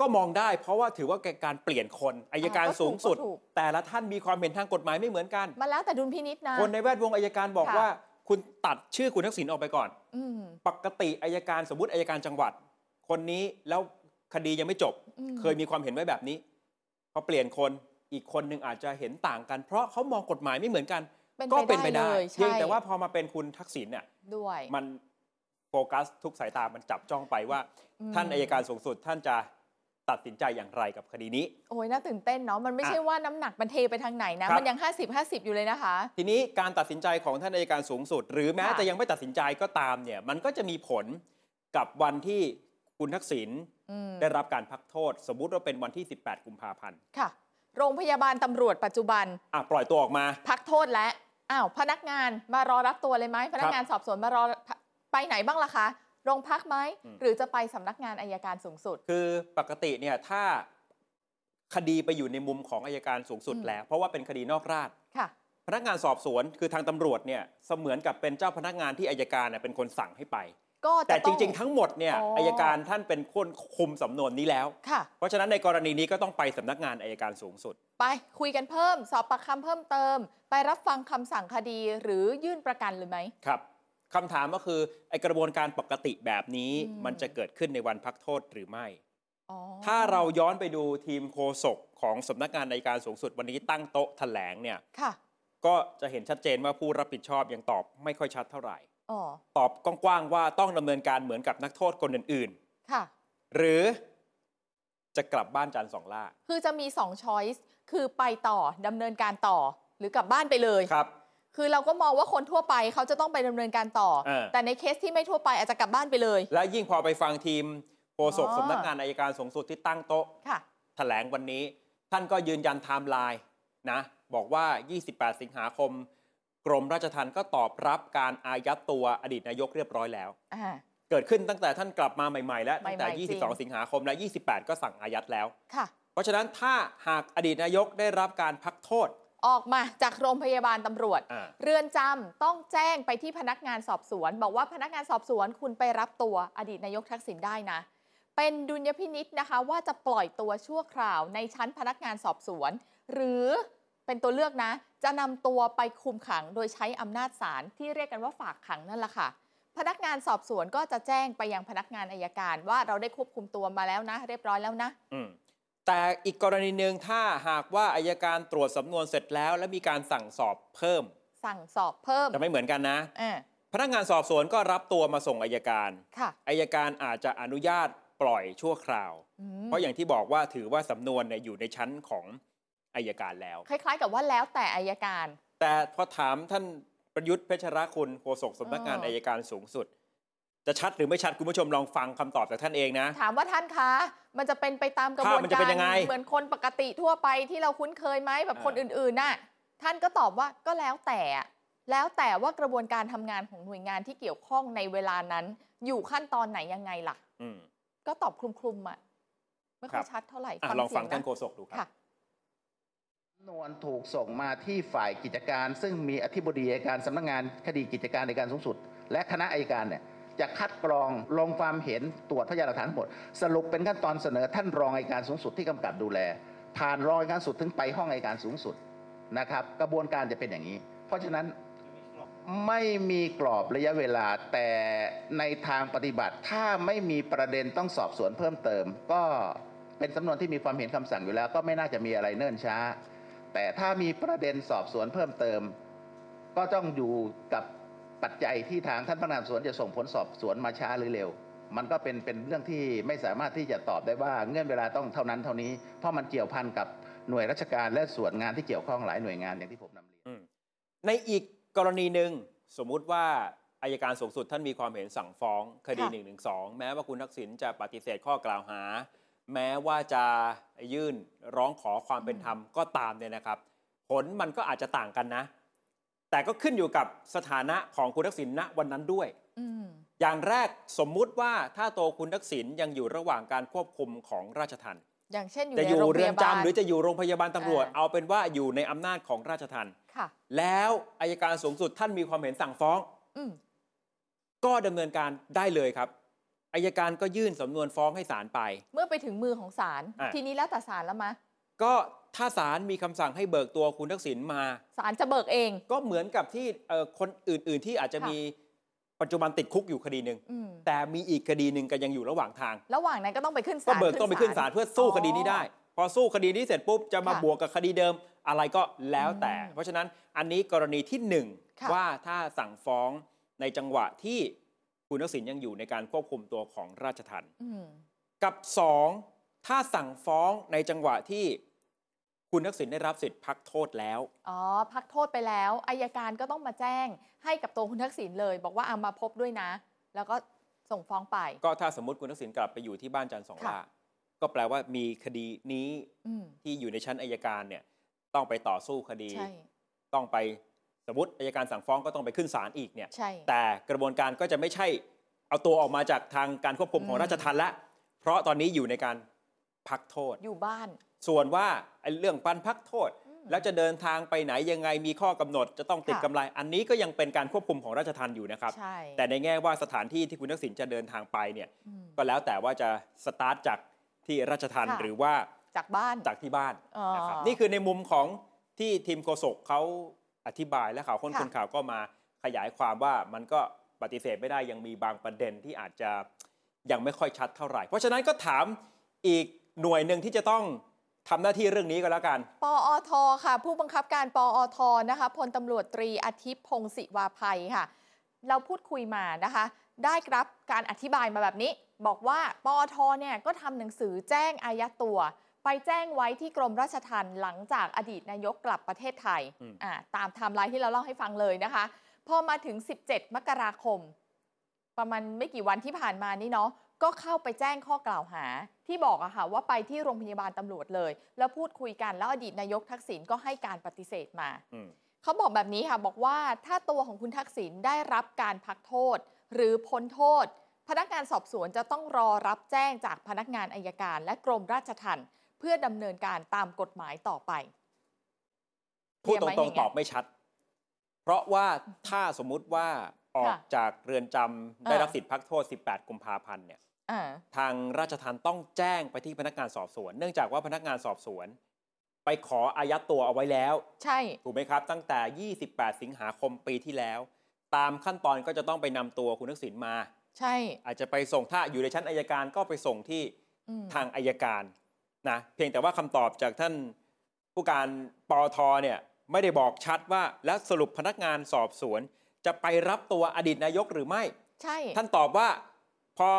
Speaker 2: ก็มองได้เพราะว่าถือว่าเป็นการเปลี่ยนคนอายการ
Speaker 3: อ่าก็ถูก
Speaker 2: สูงสุด
Speaker 3: ก็ถูก
Speaker 2: แต่ละท่านมีความเห็นทางกฎหมายไม่เหมือนกัน
Speaker 3: มาแล้วแต่ดุลพินิษนะ
Speaker 2: คนในแวดวงอายการบอก
Speaker 3: ค่ะ
Speaker 2: ว่า คุณตัดชื่อคุณทักษิณออกไปก่อน
Speaker 3: อืม
Speaker 2: ปกติอายการสมมติอายการจังหวัด คนนี้แล้วคดียังไม่จบ
Speaker 3: อืม
Speaker 2: เคยมีความเห็นไว้แบบนี้พอเปลี่ยนคนอีกคนหนึ่งอาจจะเห็นต่างกัน เพราะเขามองกฎหมายไม่เหมือนกัน ก็เป็นไปได้
Speaker 3: เลย
Speaker 2: เพียง
Speaker 3: ใช่
Speaker 2: แต่ว่าพอมาเป็นคุณทักษิณเนี่ย
Speaker 3: ด้วย
Speaker 2: มันโฟกัสทุกสายตามันจับจ้องไปว่า
Speaker 3: ม
Speaker 2: ท่านอายการสูงสุดท่านจะตัดสินใจอย่างไรกับคดีนี้
Speaker 3: โอ้ยน่าตื่นเต้นเนาะมันไม่ใช่ว่าน้ำหนักมันเทไปทางไหนนะ
Speaker 2: ครับ
Speaker 3: มันยัง 50 50 อยู่เลยนะคะ
Speaker 2: ทีนี้การตัดสินใจของท่านอัยการสูงสุด หรือแม้
Speaker 3: ค่ะ
Speaker 2: จะยังไม่ตัดสินใจก็ตามเนี่ย มันก็จะมีผลกับวันที่คุณทักษิณ
Speaker 3: อืม
Speaker 2: ได้รับการพักโทษ สมมุติว่าเป็นวันที่ 18 กุมภาพันธ์
Speaker 3: ค่ะ โรงพยาบาลตำรวจปัจจุบัน
Speaker 2: อ่ะปล่อยตัวออกมา
Speaker 3: พักโทษและอ้าวพนักงานมารอรับตัวเลยไหมพนักงานสอบสวนมารอไปไหนบ้างล่ะคะโรงพักไหม
Speaker 2: อืม
Speaker 3: หรือจะไปสำนักงานอายการสูงสุด
Speaker 2: คือปกติเนี่ยถ้าคดีไปอยู่ในมุมของอัยการสูงสุด
Speaker 3: อืม
Speaker 2: แล้ว เพราะว่าเป็นคดีนอกราช
Speaker 3: ค่ะ
Speaker 2: พนักงานสอบสวนคือทางตำรวจเนี่ยเสมือนกับเป็นเจ้าพนักงานที่อัยการเน่ยเป็นคนสั่งให้ไป
Speaker 3: ก็
Speaker 2: แต่จ
Speaker 3: อ
Speaker 2: ริง ๆ ทั้งหมดเนี่ย
Speaker 3: อ๋ออั
Speaker 2: อัยการท่านเป็นคนคุมสำนวนนี้แล้ว
Speaker 3: ค่ะ
Speaker 2: เพราะฉะนั้นในกรณีนี้ก็ต้องไปสำนักงานอัยการสูงสุด
Speaker 3: ไปคุยกันเพิ่ม สอบปากคำเพิ่มเติม ไปรับฟังคำสั่งคดีหรือยื่นประกันเลยไหม
Speaker 2: ครับคำถามก็คือไอกระบวนการปกติแบบนี้
Speaker 3: อืม
Speaker 2: มันจะเกิดขึ้นในวันพักโทษหรือไม่
Speaker 3: อ๋อ
Speaker 2: ถ้าเราย้อนไปดูทีมโฆษกของสำนักงานในการสูงสุดวันนี้ตั้งโต๊ะแถลงเนี่ย
Speaker 3: ค่ะ
Speaker 2: ก็จะเห็นชัดเจนว่าผู้รับผิดชอบยังตอบไม่ค่อยชัดเท่าไหร่
Speaker 3: อ๋อ
Speaker 2: ตอบกว้างๆว่าต้องดำเนินการเหมือนกับนักโทษคนอื่น
Speaker 3: ค่ะ
Speaker 2: ๆ หรือจะกลับบ้านจันทร์สองล่า
Speaker 3: คือจะมี2ช้อยส์คือไปต่อดำเนินการต่อ หรือกลับบ้านไปเลย
Speaker 2: ครับ
Speaker 3: คือเราก็มองว่าคนทั่วไปเขาจะต้องไปดำเนินการต่อ
Speaker 2: เออ
Speaker 3: แต่ในเคสที่ไม่ทั่วไปอาจจะกลับบ้านไปเลย
Speaker 2: และยิ่งพอไปฟังทีมโฆษก
Speaker 3: อ๋อ
Speaker 2: สำนักงานอัยการสูงสุดที่ตั้งโต๊ะ
Speaker 3: ค่ะ
Speaker 2: ถแถลงวันนี้ท่านก็ยืนยันไทม์ไลน์นะ บอกว่า 28 สิงหาคม กรมราชทัณฑ์ก็ตอบรับการอายัดตัวอดีตนายกเรียบร้อยแล้ว
Speaker 3: อ่า
Speaker 2: เกิดขึ้นตั้งแต่ท่านกลับมาใหม่ ๆ แล้วตั้งแต่
Speaker 3: ใหม่ๆจริง
Speaker 2: 22 สิงหาคมและ 28 ก็สั่งอายัดแล้ว
Speaker 3: ค่ะ
Speaker 2: เพราะฉะนั้นถ้าหากอดีตนายกได้รับการพักโทษ
Speaker 3: ออกมาจากโรงพยาบาลตำรวจ
Speaker 2: อ่า
Speaker 3: เรือนจำต้องแจ้งไปที่พนักงานสอบสวน บอกว่าพนักงานสอบสวนคุณไปรับตัวอดีตนายกทักษิณได้นะ เป็นดุลยพินิษนะคะ ว่าจะปล่อยตัวชั่วคราวในชั้นพนักงานสอบสวน หรือเป็นตัวเลือกนะ จะนำตัวไปคุมขังโดยใช้อำนาจศาลที่เรียกกันว่าฝากขังนั่นแหละค่ะ พนักงานสอบสวนก็จะแจ้งไปยังพนักงานอายการ ว่าเราได้ควบคุมตัวมาแล้วนะ เรียบร้อยแล้วนะ
Speaker 2: อืมแต่อีกกรณีหนึ่งถ้าหากว่าอายการตรวจสำนวนเสร็จแล้ว และมีการสั่งสอบเพิ่ม
Speaker 3: สั่งสอบเพิ่ม
Speaker 2: จะไม่เหมือนกันนะ
Speaker 3: อ่า
Speaker 2: พนักงานสอบสวนก็รับตัวมาส่งอายการ
Speaker 3: ค่ะ
Speaker 2: อายการอาจจะอนุญาตปล่อยชั่วคราว
Speaker 3: อืม
Speaker 2: เพราะอย่างที่บอกว่าถือว่าสำนวนเนี่ยอยู่ในชั้นของอายการแล้ว
Speaker 3: คล้ายๆกับว่าแล้วแต่อายการ
Speaker 2: แต่พอถามท่านประยุทธ์เพชรคุณโฆษกสำนักงาน
Speaker 3: เอออ
Speaker 2: อายการสูงสุด จะชัดหรือไม่ชัดคุณผู้ชมลองฟังคำตอบจากท่านเองนะ
Speaker 3: (laughs) ถามว่าท่านคะมันจะเป็นไปตามกระบวน
Speaker 2: ภาพมันจะ
Speaker 3: กา
Speaker 2: เป็
Speaker 3: ร
Speaker 2: นยังไง
Speaker 3: เหมือนคนปกติทั่วไปที่เราคุ้นเคยไหมแบบคน
Speaker 2: เออ
Speaker 3: อื่นๆน่ะท่านก็ตอบว่าก็แล้วแต่อะแล้วแต่ว่ากระบวนการทำงานของหน่วยงานที่เกี่ยวข้องในเวลานั้น อยู่ขั้นตอนไหนยังไงล่ะ
Speaker 2: อืม
Speaker 3: ก็ตอบคลุมๆอ่ะไม่ค่อย
Speaker 2: ครับ
Speaker 3: ชัดเท่าไหร่
Speaker 2: อ่ะลองฟัง
Speaker 3: เสีย
Speaker 2: ท่านโฆษกดูครับ
Speaker 3: ค่ะ
Speaker 4: สำนวนถูกส่งมาที่ฝ่ายกิจการ ซึ่งมีอธิบดีอัยการสำนักงานคดีกิจการในการสูงสุด และคณะอัยการเนี่ยจะคัดกรองลงความเห็นตรวจพยานหลักฐานทั้งหมด สรุปเป็นขั้นตอนเสนอท่านรองอัยการสูงสุดที่กำกับดูแล ผ่านรองอัยการสูงสุดถึงไปห้องอัยการสูงสุดนะครับ กระบวนการจะเป็นอย่างนี้ เพราะฉะนั้นไม่มีกรอบระยะเวลาแต่ในทางปฏิบัติ ถ้าไม่มีประเด็นต้องสอบสวนเพิ่มเติม ก็เป็นสำนวนที่มีความเห็นคำสั่งอยู่แล้ว ก็ไม่น่าจะมีอะไรเนิ่นช้า แต่ถ้ามีประเด็นสอบสวนเพิ่มเติม ก็ต้องอยู่กับปัจจัยที่ทางท่านพนักงานสอบสวนจะส่งผลสอบสวนมาช้าหรือเร็ว มันก็เป็นเป็นเรื่องที่ไม่สามารถที่จะตอบได้ว่าเงื่อนเวลาต้องเท่านั้นเท่านี้ เพราะมันเกี่ยวพันกับหน่วยราชการและส่วนงานที่เกี่ยวข้องหลายหน่วยงานอย่างที่ผมนำเรียน
Speaker 2: อืมในอีกกรณีหนึ่งสมมุติว่าอายการสูงสุดท่านมีความเห็นสั่งฟ้องคดี
Speaker 3: ค่ะ
Speaker 2: 1นึแม้ว่าคุณทักษิณจะปฏิเสธข้อกล่าวหา แม้ว่าจะยื่นร้องขอความเป็นธรรมก็ตามเนี่ยนะครับ ผลมันก็อาจจะต่างกันนะ แต่ก็ขึ้นอยู่กับสถานะของคุณทักษิณณวันนั้นด้วย
Speaker 3: อืม
Speaker 2: อย่างแรกสมมุติว่าถ้าตัวคุณทักษิณยังอยู่ระหว่างการควบคุมของราชทัณฑ์
Speaker 3: อย่างเช่นอยู่
Speaker 2: จะ
Speaker 3: ใน
Speaker 2: อยู่
Speaker 3: โรงพ
Speaker 2: เรือน
Speaker 3: ยาบาล
Speaker 2: จำหรือจะอยู่โรงพยาบาลตำรวจ
Speaker 3: อ่า
Speaker 2: เอาเป็นว่าอยู่ในอำนาจของราชทัณฑ์
Speaker 3: ค่ะ
Speaker 2: แล้วอายการสูงสุดท่านมีความเห็นสั่งฟ้อง
Speaker 3: อืม
Speaker 2: ก็ดำเนินการได้เลยครับอายการก็ยื่นสำนวนฟ้องให้ศาลไป
Speaker 3: เมื่อไปถึงมือของศาล
Speaker 2: อ่ะ
Speaker 3: ทีนี้แล้วแต่ศาลแล้วมะ
Speaker 2: ก็ถ้าศาลมีคำสั่งให้เบิกตัวคุณทักษิณมา
Speaker 3: ศาลจะเบิกเอง
Speaker 2: ก็เหมือนกับที่เอ่อคนอื่น ๆ ที่อาจจะ
Speaker 3: ค่ะ
Speaker 2: มีปัจจุบันติดคุกอยู่คดีหนึ่ง
Speaker 3: อืม
Speaker 2: แต่มีอีกคดีหนึ่งก็ยังอยู่ระหว่างทาง
Speaker 3: ระหว่างนั้นก็ต้องไปขึ้นศาล
Speaker 2: ก็เบิกต้องไปขึ้นศาลเพื่อสู้คดีนี้ได้
Speaker 3: อ๋
Speaker 2: พอสู้คดีนี้เสร็จปุ๊บจะมา
Speaker 3: ค่ะ
Speaker 2: บวกกับคดีเดิมอะไรก็แล้วแต่
Speaker 3: อืม
Speaker 2: เพราะฉะนั้นอันนี้กรณีที่หนึ่ง
Speaker 3: ค่ะ
Speaker 2: ว่าถ้าสั่งฟ้องในจังหวะที่คุณทักษิณยังอยู่ในการควบคุมตัวของราชทัณฑ์
Speaker 3: ออืม
Speaker 2: กับ 2 ถ้าสั่งฟ้องในจังหวะที่คุณทักษิณได้รับสิทธิ์พักโทษแล้ว
Speaker 3: อ๋อ พักโทษไปแล้วอายการก็ต้องมาแจ้งให้กับตัวคุณทักษิณเลย บอกว่าเอามาพบด้วยนะ แล้วก็ส่งฟ้องไป
Speaker 2: ก็ถ้าสมมติคุณทักษิณกลับไปอยู่ที่บ้านจันทร์สอง
Speaker 3: ค่ะ
Speaker 2: ล่าก็แปลว่ามีคดีนี้
Speaker 3: อืม
Speaker 2: ที่อยู่ในชั้นอายการเนี่ยต้องไปต่อสู้คดี
Speaker 3: ใช่
Speaker 2: ต้องไปสมมติอายการสั่งฟ้องก็ต้องไปขึ้นศาลอีกเนี่ย
Speaker 3: ใช่
Speaker 2: แต่กระบวนการก็จะไม่ใช่เอาตัวออกมาจากทางการควบคุมของ
Speaker 3: อืม
Speaker 2: ราชทัณฑ์ละ เพราะตอนนี้อยู่ในการพักโทษ
Speaker 3: อยู่บ้าน
Speaker 2: ส่วนว่าไอ้เรื่องปันพักโทษ
Speaker 3: อืม
Speaker 2: แล้วจะเดินทางไปไหนยังไงมีข้อกำหนดจะต้องติด
Speaker 3: ค่ะ
Speaker 2: กำไร อันนี้ก็ยังเป็นการควบคุมของราชทัณฑ์อยู่นะครับ
Speaker 3: ใช่
Speaker 2: แต่ในแง่ว่าสถานที่ที่คุณทักษิณจะเดินทางไปเนี่ย
Speaker 3: อืม
Speaker 2: ก็แล้วแต่ว่าจะสตาร์ทจากที่ราชทัณฑ์
Speaker 3: ค่ะ
Speaker 2: หรือว่า
Speaker 3: จากบ้าน
Speaker 2: จากที่บ้าน
Speaker 3: อ๋อ
Speaker 2: นะครับนี่คือในมุมของที่ทีมโฆษกเขาอธิบายและข่าวค้น
Speaker 3: ค่ะ
Speaker 2: คนข่าวก็มาขยายความว่ามันก็ปฏิเสธไม่ได้ยังมีบางประเด็นที่อาจจะยังไม่ค่อยชัดเท่าไหร่ เพราะฉะนั้นก็ถามอีกหน่วยหนึ่งที่จะต้องทำหน้าที่เรื่องนี้ก็แล้วกัน
Speaker 3: ปออทค่ะ ผู้บังคับการปออทนะคะพลตำรวจตรีอาทิตย์พงศิวาภัยค่ะ เราพูดคุยมานะคะ ได้รับการอธิบายมาแบบนี้ บอกว่าปออทเนี่ยก็ทำหนังสือแจ้งอายัดตัว ไปแจ้งไว้ที่กรมราชทัณฑ์หลังจากอดีตนายกกลับประเทศไทย
Speaker 2: อืม
Speaker 3: อ่าตามไทม์ไลน์ที่เราเล่าให้ฟังเลยนะคะ พอมาถึง 17 มกราคม ประมาณไม่กี่วันที่ผ่านมานี่เนาะ ก็เข้าไปแจ้งข้อกล่าวหา ที่บอกอะค่ะว่าไปที่โรงพยาบาลตำรวจเลย แล้วพูดคุยกันแล้วอดีตนายกทักษิณก็ให้การปฏิเสธมา
Speaker 2: อืม
Speaker 3: เขาบอกแบบนี้ค่ะ บอกว่าถ้าตัวของคุณทักษิณได้รับการพักโทษ หรือพ้นโทษ พนักงานสอบสวนจะต้องรอรับแจ้งจากพนักงานอายการ และกรมราชทัณฑ์เพื่อดำเนินการตามกฎหมายต่อไป
Speaker 2: พูดต
Speaker 3: เรียนไว้อ
Speaker 2: รง
Speaker 3: ย่างเงี้
Speaker 2: ๆ
Speaker 3: ย
Speaker 2: ตอบไม่ชัด เพราะว่าถ้าสมมุติว่าออก
Speaker 3: ค่ะ
Speaker 2: จากเรือนจำได้
Speaker 3: เออ
Speaker 2: รับสิทธิพักโทษ 18 กุมภาพันธ์เนี่ย
Speaker 3: อ่า
Speaker 2: ทางราชทัณฑ์ต้องแจ้งไปที่พนักงานสอบสวน เนื่องจากว่าพนักงานสอบสวน ไปขออายัดตัวเอาไว้แล้ว
Speaker 3: ใช่
Speaker 2: ถูกไหมครับ ตั้งแต่ 28 สิงหาคมปีที่แล้ว ตามขั้นตอนก็จะต้องไปนำตัวคุณทักษิณมา
Speaker 3: ใช่
Speaker 2: อาจจะไปส่งถ้าอยู่ในชั้นอายการก็ไปส่งที่
Speaker 3: อืม
Speaker 2: ทางอายการนะเพียงแต่ว่าคำตอบจากท่านผู้การปอทเนี่ยไม่ได้บอกชัดว่าแล้วสรุปพนักงานสอบสวน จะไปรับตัวอดีตนายกหรือไม่
Speaker 3: ใช่
Speaker 2: ท่านตอบว่าพอ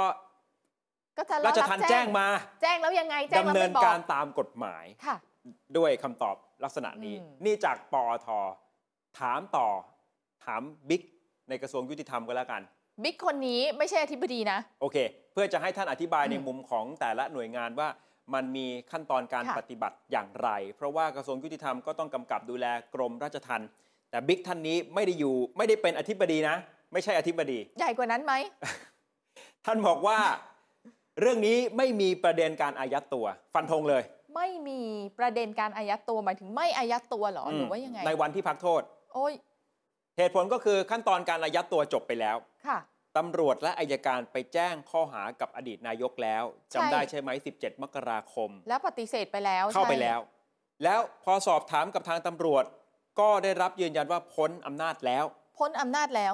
Speaker 3: ก็จะ
Speaker 2: ราช
Speaker 3: รับ
Speaker 2: ทันแจ้งมา
Speaker 3: แจ้งแล้วยังไงแจ้ง
Speaker 2: ดำ
Speaker 3: แล้ว
Speaker 2: เนิ
Speaker 3: ไม่
Speaker 2: น
Speaker 3: บอก
Speaker 2: การตามกฎหมาย
Speaker 3: ค่ะ
Speaker 2: ด้วยคำตอบลักษณะนี้
Speaker 3: อืม
Speaker 2: นี่จากปอทถามต่อถามบิ๊กในกระทรวงยุติธรรมก็แล้วกัน
Speaker 3: บิ๊กคนนี้ไม่ใช่อธิบดีนะ
Speaker 2: โอเค เพื่อจะให้ท่านอธิบาย
Speaker 3: อืม
Speaker 2: ในมุมของแต่ละหน่วยงานว่ามันมีขั้นตอนการ
Speaker 3: ค่ะ
Speaker 2: ปฏิบัติอย่างไร เพราะว่ากระทรวงยุติธรรมก็ต้องกำกับดูแลกรมราชทัณฑ์แต่บิ๊กท่านนี้ไม่ได้อยู่ไม่ได้เป็นอธิบดีนะ ไม่ใช่อธิบดี
Speaker 3: ใหญ่กว่านั้นไหม
Speaker 2: ท่านบอก
Speaker 3: (laughs)
Speaker 2: ว่า เรื่องนี้ไม่มีประเด็นการอายัดตัว ฟันธงเลย
Speaker 3: ไม่มีประเด็นการอายัดตัวหมายถึงไม่อายัดตัวเหรอหรือว่ายังไง
Speaker 2: ในวันที่พักโทษ
Speaker 3: โอ้ย
Speaker 2: เหตุผลก็คือขั้นตอนการอายัดตัวจบไปแล้ว
Speaker 3: ค่ะ
Speaker 2: ตำรวจและอายการไปแจ้งข้อหากับอดีตนายกแล้วจำได้ใช่ไหม17 มกราคม
Speaker 3: แล้วปฏิเสธไปแล้ว
Speaker 2: เข้าไป
Speaker 3: ใช่
Speaker 2: แล้ว แล้วพอสอบถามกับทางตำรวจ ก็ได้รับยืนยันว่าพ้นอำนาจแล้ว
Speaker 3: พ้นอำนาจแล้ว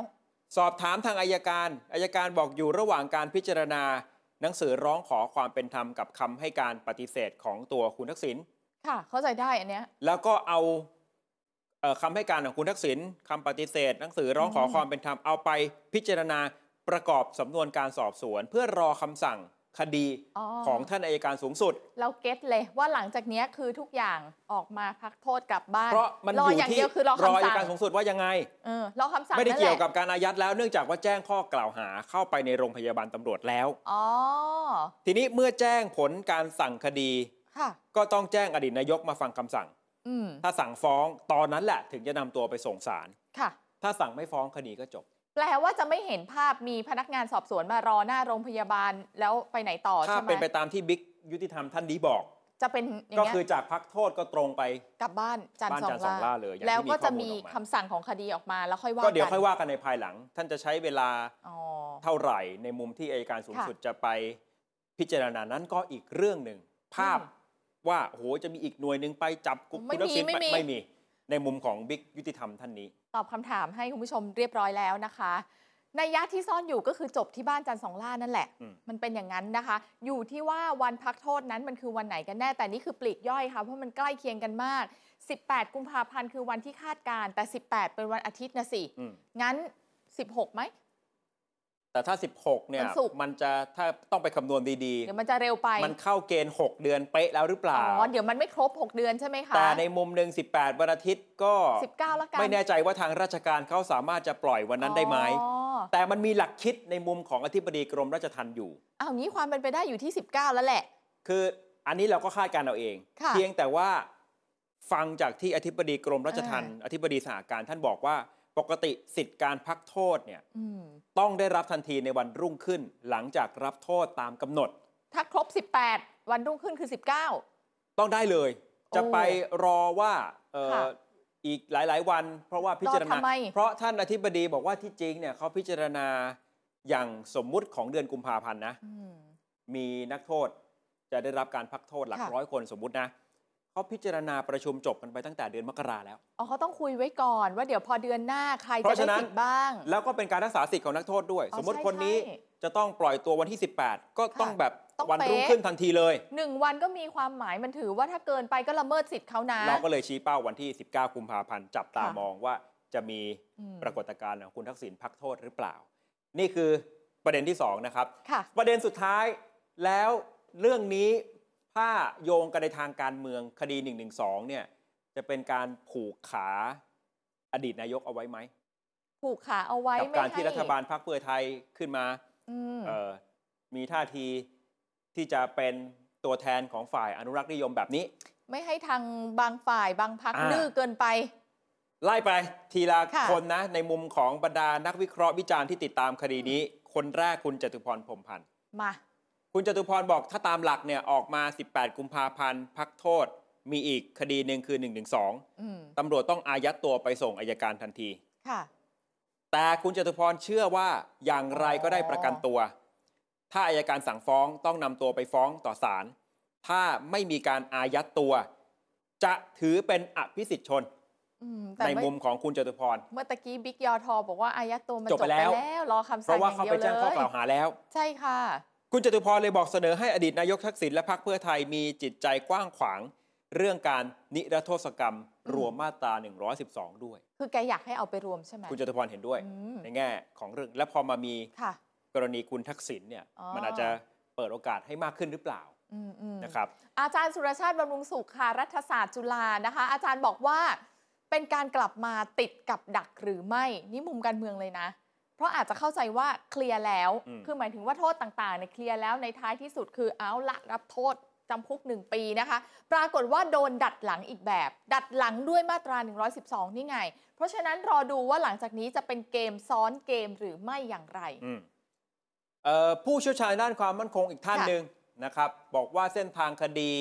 Speaker 2: สอบถามทางอายการอายการบอกอยู่ระหว่างการพิจารณา หนังสือร้องขอความเป็นธรรมกับคำให้การปฏิเสธของตัวคุณทักษิณ
Speaker 3: ค่ะ เข้าใจได้อันเนี้ย
Speaker 2: แล้วก็เอาเอ่อคำให้การของคุณทักษิณคำปฏิเสธ หนังสือร้องขอ
Speaker 3: อืม
Speaker 2: ความเป็นธรรมเอาไปพิจารณาประกอบสำนวนการสอบสวน เพื่อรอคำสั่ง คดี
Speaker 3: อ๋อ
Speaker 2: ของท่านอายการสูงสุด
Speaker 3: เราเก็ตเลยว่าหลังจากเนี้ยคือทุกอย่างออกมาพักโทษกลับบ้าน
Speaker 2: เพราะมัน
Speaker 3: รอ
Speaker 2: อ
Speaker 3: อยู่ ย่าง
Speaker 2: ที่
Speaker 3: เดียวคือรอ
Speaker 2: รอ
Speaker 3: คำ
Speaker 2: อัย
Speaker 3: สั่ง
Speaker 2: การสูงสุดว่ายังไง
Speaker 3: เออรอคำสั่ง
Speaker 2: ไม่ได้
Speaker 3: นั่นแหละ
Speaker 2: เกี่ยวกับการอายัดแล้วเนื่องจากว่าแจ้งข้อกล่าวหาเข้าไปในโรงพยาบาลตำรวจแล้ว
Speaker 3: อ๋อ
Speaker 2: ทีนี้เมื่อแจ้งผลการสั่งคดี
Speaker 3: ค่ะ
Speaker 2: ก็ต้องแจ้งอดีตนายกมาฟังคำสั่ง
Speaker 3: อืม
Speaker 2: ถ้าสั่งฟ้องตอนนั้นแหละถึงจะนำตัวไปส่งศาล
Speaker 3: ค่ะ
Speaker 2: ถ้าสั่งไม่ฟ้องคดีก็จบ
Speaker 3: แปลว่าจะไม่เห็นภาพมีพนักงานสอบสวนมารอหน้าโรงพยาบาลแล้วไปไหนต่อ
Speaker 2: ถ้า
Speaker 3: ใช่ไหม
Speaker 2: เป็นไปตามที่บิ๊กยุติธรรมท่านนี้บอก
Speaker 3: จะเป็นอย่าง
Speaker 2: ก็
Speaker 3: เงี้ย
Speaker 2: คือจากพักโทษก็ตรงไป
Speaker 3: กลับบ้านจันทร์
Speaker 2: บ้านจันทร์สองล่าเลยอย่างที่
Speaker 3: แล้วก็จะมี
Speaker 2: มีข้อมูลออกมา
Speaker 3: คำสั่งของคดีออกมาแล้วค่อยว่า
Speaker 2: ก็เดี๋ยว
Speaker 3: กัน
Speaker 2: ค่อยว่ากันในภายหลัง ท่านจะใช้เวลา
Speaker 3: อ๋อ
Speaker 2: เท่าไหร่ ในมุมที่อายการสูง
Speaker 3: ค่ะ
Speaker 2: สุดจะไปพิจารณานั้นก็อีกเรื่องหนึ่ง ภาพ
Speaker 3: อืม
Speaker 2: ว่าโอ้โหจะมีอีกหน่วยหนึ่งไปจับกลุ่ม
Speaker 3: ไม่
Speaker 2: คุณทักษิณ
Speaker 3: มีไม่มี
Speaker 2: ไม่มี ในมุมของบิ๊กยุติธรรมท่านนี้
Speaker 3: ตอบคำถามให้คุณผู้ชมเรียบร้อยแล้วนะคะนัยยะที่ซ่อนอยู่ก็คือจบที่บ้านจันทร์สองล่านั่นแหละ
Speaker 2: อืม
Speaker 3: มันเป็นอย่างนั้นนะคะ อยู่ที่ว่าวันพักโทษนั้นมันคือวันไหนกันแน่ แต่นี่คือปลีกย่อยค่ะ เพราะมันใกล้เคียงกันมาก 18 กุมภาพันธ์คือวันที่คาดการณ์แต่ 18 เป็นวันอาทิตย์นะสิ
Speaker 2: อืม
Speaker 3: งั้น 16ไหม
Speaker 2: แต่ถ้า 16 เนี่ย
Speaker 3: วันศุกร์
Speaker 2: มันจะถ้าต้องไปคำนวณดี
Speaker 3: เดี๋ยวมันจะเร็วไป
Speaker 2: ๆ มันเข้าเกณฑ์ 6 เดือนเป๊ะแล้วหรือเป
Speaker 3: อ๋
Speaker 2: ล่า
Speaker 3: อเดี๋ยวมันไม่ครบ 6 เดือนใช่ไหมคะ
Speaker 2: แต่ในมุมหนึ่ง18 วันอาทิตย์ก็
Speaker 3: 19ละกัน
Speaker 2: ไม่แน่ใจว่าทางราชการเขาสามารถจะปล่อยวันนั้นได้ไหม
Speaker 3: อ๋อ
Speaker 2: แต่มันมีหลักคิดในมุมของอธิบดีกรมราชทัณฑ์อยู่
Speaker 3: เอางี้ความเป็นไปได้อยู่ที่ 19 แล้วแหละ
Speaker 2: คืออันนี้เราก็คาดการณ์เอาเอง
Speaker 3: ค่ะ
Speaker 2: เพียงแต่ว่าฟังจากที่อธิบดีกรมราชทัณฑ์อธิบดีสหการท่านบอกว่า ปกติสิทธิ์การพักโทษเนี่ย
Speaker 3: อืม
Speaker 2: ต้องได้รับทันทีในวันรุ่งขึ้น หลังจากรับโทษตามกำหนด
Speaker 3: ถ้าครบ 18 วันรุ่งขึ้นคือ 19
Speaker 2: ต้องได้เลย จะไปรอว่าเอ่อ
Speaker 3: ค่ะ
Speaker 2: อีกหลาย ๆ วัน เพราะว่าพิจารณา
Speaker 3: ทำไม
Speaker 2: เพราะท่านอธิบดีบอกว่าที่จริงเนี่ยเขาพิจารณาอย่างสมมุติของเดือนกุมภาพันธ์นะ
Speaker 3: อืม
Speaker 2: มีนักโทษจะได้รับการพักโทษหลัก
Speaker 3: ค่ะ
Speaker 2: ร้อยคนสมมุตินะเขาพิจารณาประชุมจบกันไปตั้งแต่เดือนมกราแล้ว
Speaker 3: อ๋อเขาต้องคุยไว้ก่อนว่าเดี๋ยวพอเดือนหน้าใคร
Speaker 2: เพ
Speaker 3: จะ
Speaker 2: ราะ
Speaker 3: ได้
Speaker 2: ฉะนั้น
Speaker 3: สิทธิ์บ้าง
Speaker 2: แล้วก็เป็นการรักษาสิทธิ์ของนักโทษด้วย
Speaker 3: อ๋อ
Speaker 2: สมมติ
Speaker 3: ใช่
Speaker 2: คนนี้
Speaker 3: ใช่
Speaker 2: จะต้องปล่อยตัววันที่ 18 ก็ต้องแบบ
Speaker 3: ต้อง
Speaker 2: วัน
Speaker 3: เป๊ะ
Speaker 2: รุ่งขึ้นทันทีเลย
Speaker 3: หนึ่งวันก็มีความหมายมันถือว่าถ้าเกินไปก็ละเมิดสิทธิ์เขานะ
Speaker 2: เราก็เลยชี้เป้าวันที่ 19 กุมภาพันธ์จับตา
Speaker 3: ค่ะ
Speaker 2: มองว่าจะมี
Speaker 3: อืม
Speaker 2: ปรากฏการณ์ของคุณทักษิณพักโทษหรือเปล่า นี่คือประเด็นที่สองนะครับ
Speaker 3: ค่ะ
Speaker 2: ประเด็นสุดท้ายแล้วเรื่องนี้ถ้าโยงกันในทางการเมืองคดี1นึเนี่ยจะเป็นการผูกขาอดีตนายกเอาไว้ไหม
Speaker 3: ผูกขาเอาไว้
Speaker 2: กั
Speaker 3: ไม่
Speaker 2: การ
Speaker 3: ให้
Speaker 2: ที่รัฐบาลพรรคเพื่อไทยขึ้นมา
Speaker 3: อืม
Speaker 2: เอ่อมีท่าทีที่จะเป็นตัวแทนของฝ่ายอนุรักษ์นิยมแบบนี้
Speaker 3: ไม่ให้ทางบางฝ่ายบางพัก
Speaker 2: อ่า
Speaker 3: ดื้อเกินไป
Speaker 2: ไล่ไปทีละ
Speaker 3: ค่ะ
Speaker 2: คนนะ ในมุมของบรรดานักวิเคราะห์วิจารณ์ที่ติดตามคดีนี้ คนแรกคุณจตุพรพรหมพันธ์
Speaker 3: มา
Speaker 2: คุณจตุพรบอกถ้าตามหลักเนี่ยออกมา 18 กุมภาพันธ์ พักโทษ มีอีกคดีหนึ่งคือ 1 1
Speaker 3: อืม
Speaker 2: 2ตำรวจต้องอายัดตัวไปส่งอายการทันที
Speaker 3: ค่ะ
Speaker 2: แต่คุณจตุพรเชื่อว่าอย่างไรก็ได้ประกันตัว ถ้าอายการสั่งฟ้องต้องนำตัวไปฟ้องต่อศาลถ้าไม่มีการอายัดตัว จะถือเป็นอภิสิทธิชน
Speaker 3: อืมแต่
Speaker 2: ใน
Speaker 3: เอ
Speaker 2: มุมของคุณจตุพร
Speaker 3: เมื่อตะกี้บิ๊กยอทอบอกว่าอายัดตัวมัน
Speaker 2: จ
Speaker 3: จ
Speaker 2: บบ ไป
Speaker 3: ไป
Speaker 2: แล้
Speaker 3: แล้ว ว รอคำ
Speaker 2: เพ
Speaker 3: สั่ง
Speaker 2: ราะว่า
Speaker 3: อย่า
Speaker 2: เขา
Speaker 3: งเดีย
Speaker 2: ไป
Speaker 3: ว
Speaker 2: แจ้งข้อก
Speaker 3: เล
Speaker 2: ล่าว
Speaker 3: ย
Speaker 2: หาแล้ว
Speaker 3: ใช่ค่ะ
Speaker 2: คุณจตุพรเลยบอกเสนอให้อดีตนายกทักษิณและพรรคเพื่อไทยมีจิตใจกว้างขวาง เรื่องการนิรโทษกรรม
Speaker 3: อืม
Speaker 2: รวมมาตรา 112 ด้วย
Speaker 3: คือแกอยากให้เอาไปรวมใช่ไหม
Speaker 2: คุณจตุพรเห็นด้วย
Speaker 3: อืม
Speaker 2: ในแง่ของเรื่อง และพอมามี
Speaker 3: ค่ะ
Speaker 2: กรณีคุณทักษิณเนี่ย
Speaker 3: อ๋อ
Speaker 2: มันอาจจะเปิดโอกาสให้มากขึ้นหรือเปล่า
Speaker 3: อืมอืม
Speaker 2: นะครับ
Speaker 3: อาจารย์สุรชาติบำรุงสุขค่ะรัฐศาสตร์จุฬานะคะ อาจารย์บอกว่าเป็นการกลับมาติดกับดักหรือไม่ นี่มุมการเมืองเลยนะ เพราะอาจจะเข้าใจว่าเคลียร์แล้ว
Speaker 2: อืม
Speaker 3: คือหมายถึงว่าโทษต่างๆในยเคลียร์แล้วในท้ายที่สุดคือเอาละรับโทษจำคุก 1 ปีนะคะ ปรากฏว่าโดนดัดหลังอีกแบบ ดัดหลังด้วยมาตรา 112 นี่ไง เพราะฉะนั้นรอดูว่าหลังจากนี้จะเป็นเกมซ้อนเกมหรือไม่อย่างไร
Speaker 2: อืมเอ่อผู้เชี่ยวชาญด้านความมั่นคงอีกท่าน
Speaker 3: ค่ะ
Speaker 2: หนึ่งนะครับ บอกว่าเส้นทางคดี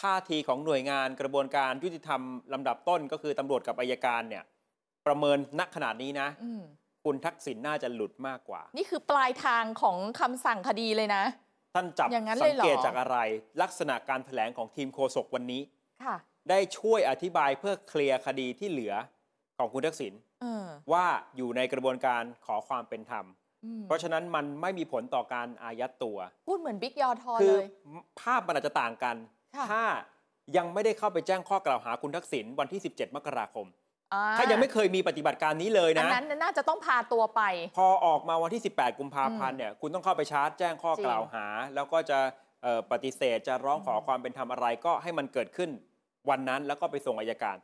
Speaker 2: ท่าทีของหน่วยงานกระบวนการยุติธรรมลำดับต้นก็คือตำรวจกับอายการเนี่ยประเมินณขนาดนี้นะ
Speaker 3: อืม
Speaker 2: คุณทักษิณน่าจะหลุดมากกว่า
Speaker 3: นี่คือปลายทางของคำสั่งคดีเลยนะ
Speaker 2: ท่านจับ
Speaker 3: อย่างนั้น
Speaker 2: สั
Speaker 3: เลยเหรอ
Speaker 2: เกตจากอะไร ลักษณะการแถลงของทีมโฆษกวันนี้
Speaker 3: ค่ะ
Speaker 2: ได้ช่วยอธิบายเพื่อเคลียร์คดีที่เหลือของคุณทักษิณ
Speaker 3: เออ
Speaker 2: ว่าอยู่ในกระบวนการขอความเป็นธรรม
Speaker 3: อืม
Speaker 2: เพราะฉะนั้นมันไม่มีผลต่อการอายัดตัว
Speaker 3: พูดเหมือนบิ๊กยอทอ
Speaker 2: คื
Speaker 3: เล
Speaker 2: อย ภาพมันอาจจะต่างกัน
Speaker 3: ค่ะ
Speaker 2: ถ้ายังไม่ได้เข้าไปแจ้งข้อกล่าวหาคุณทักษิณวันที่ 17 มกราคม
Speaker 3: อ่
Speaker 2: ถ้ายังไม่เคยมีปฏิบัติการนี้เลย
Speaker 3: อัน
Speaker 2: นะ
Speaker 3: นั้นน่าจะต้องพาตัวไป
Speaker 2: พอออกมาวันที่ 18 กุมภาพันธ์เนี่ยคุณต้องเข้าไปชาร์จแจ้งข้อ
Speaker 3: จริง
Speaker 2: กล่าวหา แล้วก็จะเอ่อปฏิเสธจะร้องขอความเป็นธรรมอะไรก็ให้มันเกิดขึ้นวันนั้นแล้วก็ไปส่งอายการ